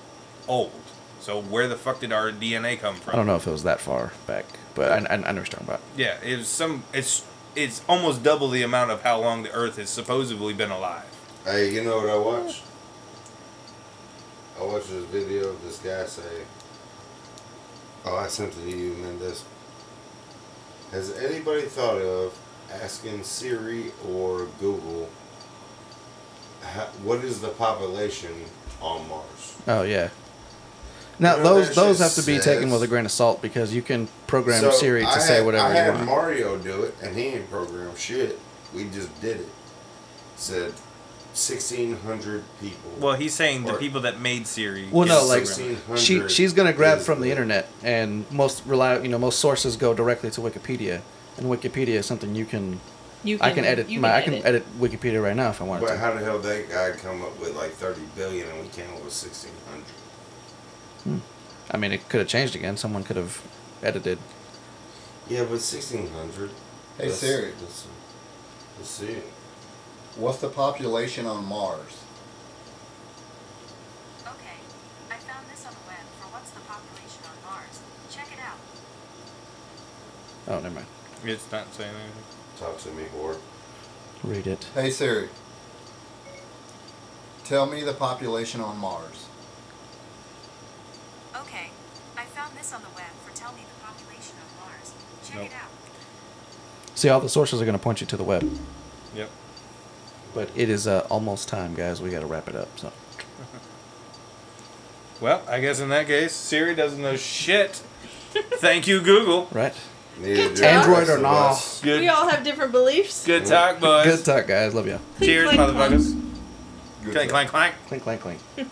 S8: old. So where the fuck did our DNA come from?
S6: I don't know if it was that far back, but I, I, I know what you're talking about.
S8: Yeah, it's some it's it's almost double the amount of how long the Earth has supposedly been alive.
S5: Hey, you know what I watched? I watched this video of this guy say, "Oh, I sent it to you, Mendes." Has anybody thought of asking Siri or Google how, what is the population on Mars?
S6: Oh yeah. Now
S5: You know,
S6: those
S5: that
S6: those
S5: shit
S6: have to be taken
S5: says-
S6: with a grain of salt because you can program
S5: So,
S6: Siri to
S5: I
S6: say
S5: had-
S6: whatever
S5: I had
S6: you want.
S5: Mario do it, and he ain't programmed shit. We just did it. Said sixteen hundred people.
S8: Well, he's saying the
S5: Or-
S8: people that made Siri.
S6: Well, no,
S8: is
S6: like,
S8: programming.
S5: 1600
S6: she she's gonna grab
S5: is
S6: from the
S5: the-
S6: internet, and most rely you know most sources go directly to Wikipedia, and Wikipedia is something you can.
S7: you
S6: I can edit
S7: you
S6: my I can edit Wikipedia right now if I wanted
S5: But
S6: to.
S5: how the hell that guy come up with like thirty billion and we came up with sixteen hundred?
S6: I mean, it could have changed again. Someone could have edited.
S5: Yeah, but sixteen hundred.
S9: Hey, Siri.
S5: Let's, let's see it.
S9: What's the population on Mars?
S10: Okay, I found this on the web for what's the population on Mars. Check it out.
S6: Oh, never mind.
S8: It's not saying anything.
S5: Talk to me, whore.
S6: Read it.
S9: Hey Siri, Tell me the population on Mars.
S10: Okay, I found this on the web for tell me the population of Mars. Check
S8: Nope.
S10: it out.
S6: See, all the sources are going to point you to the web.
S8: Yep.
S6: But it is uh, almost time, guys. We got to wrap it up. So
S8: Well, I guess in that case, Siri doesn't know shit. Thank you, Google.
S6: right,
S5: Neither do the
S7: Android
S5: rest
S6: or
S5: of
S6: nah.
S5: us.
S8: Good,
S7: We all have different beliefs.
S8: good talk, boys.
S6: good talk, guys. Love ya.
S8: Cheers,
S7: Clink, clink.
S8: motherfuckers.
S9: Good
S8: Clank,
S9: job.
S8: clank, clank.
S6: Clink, clank, clink.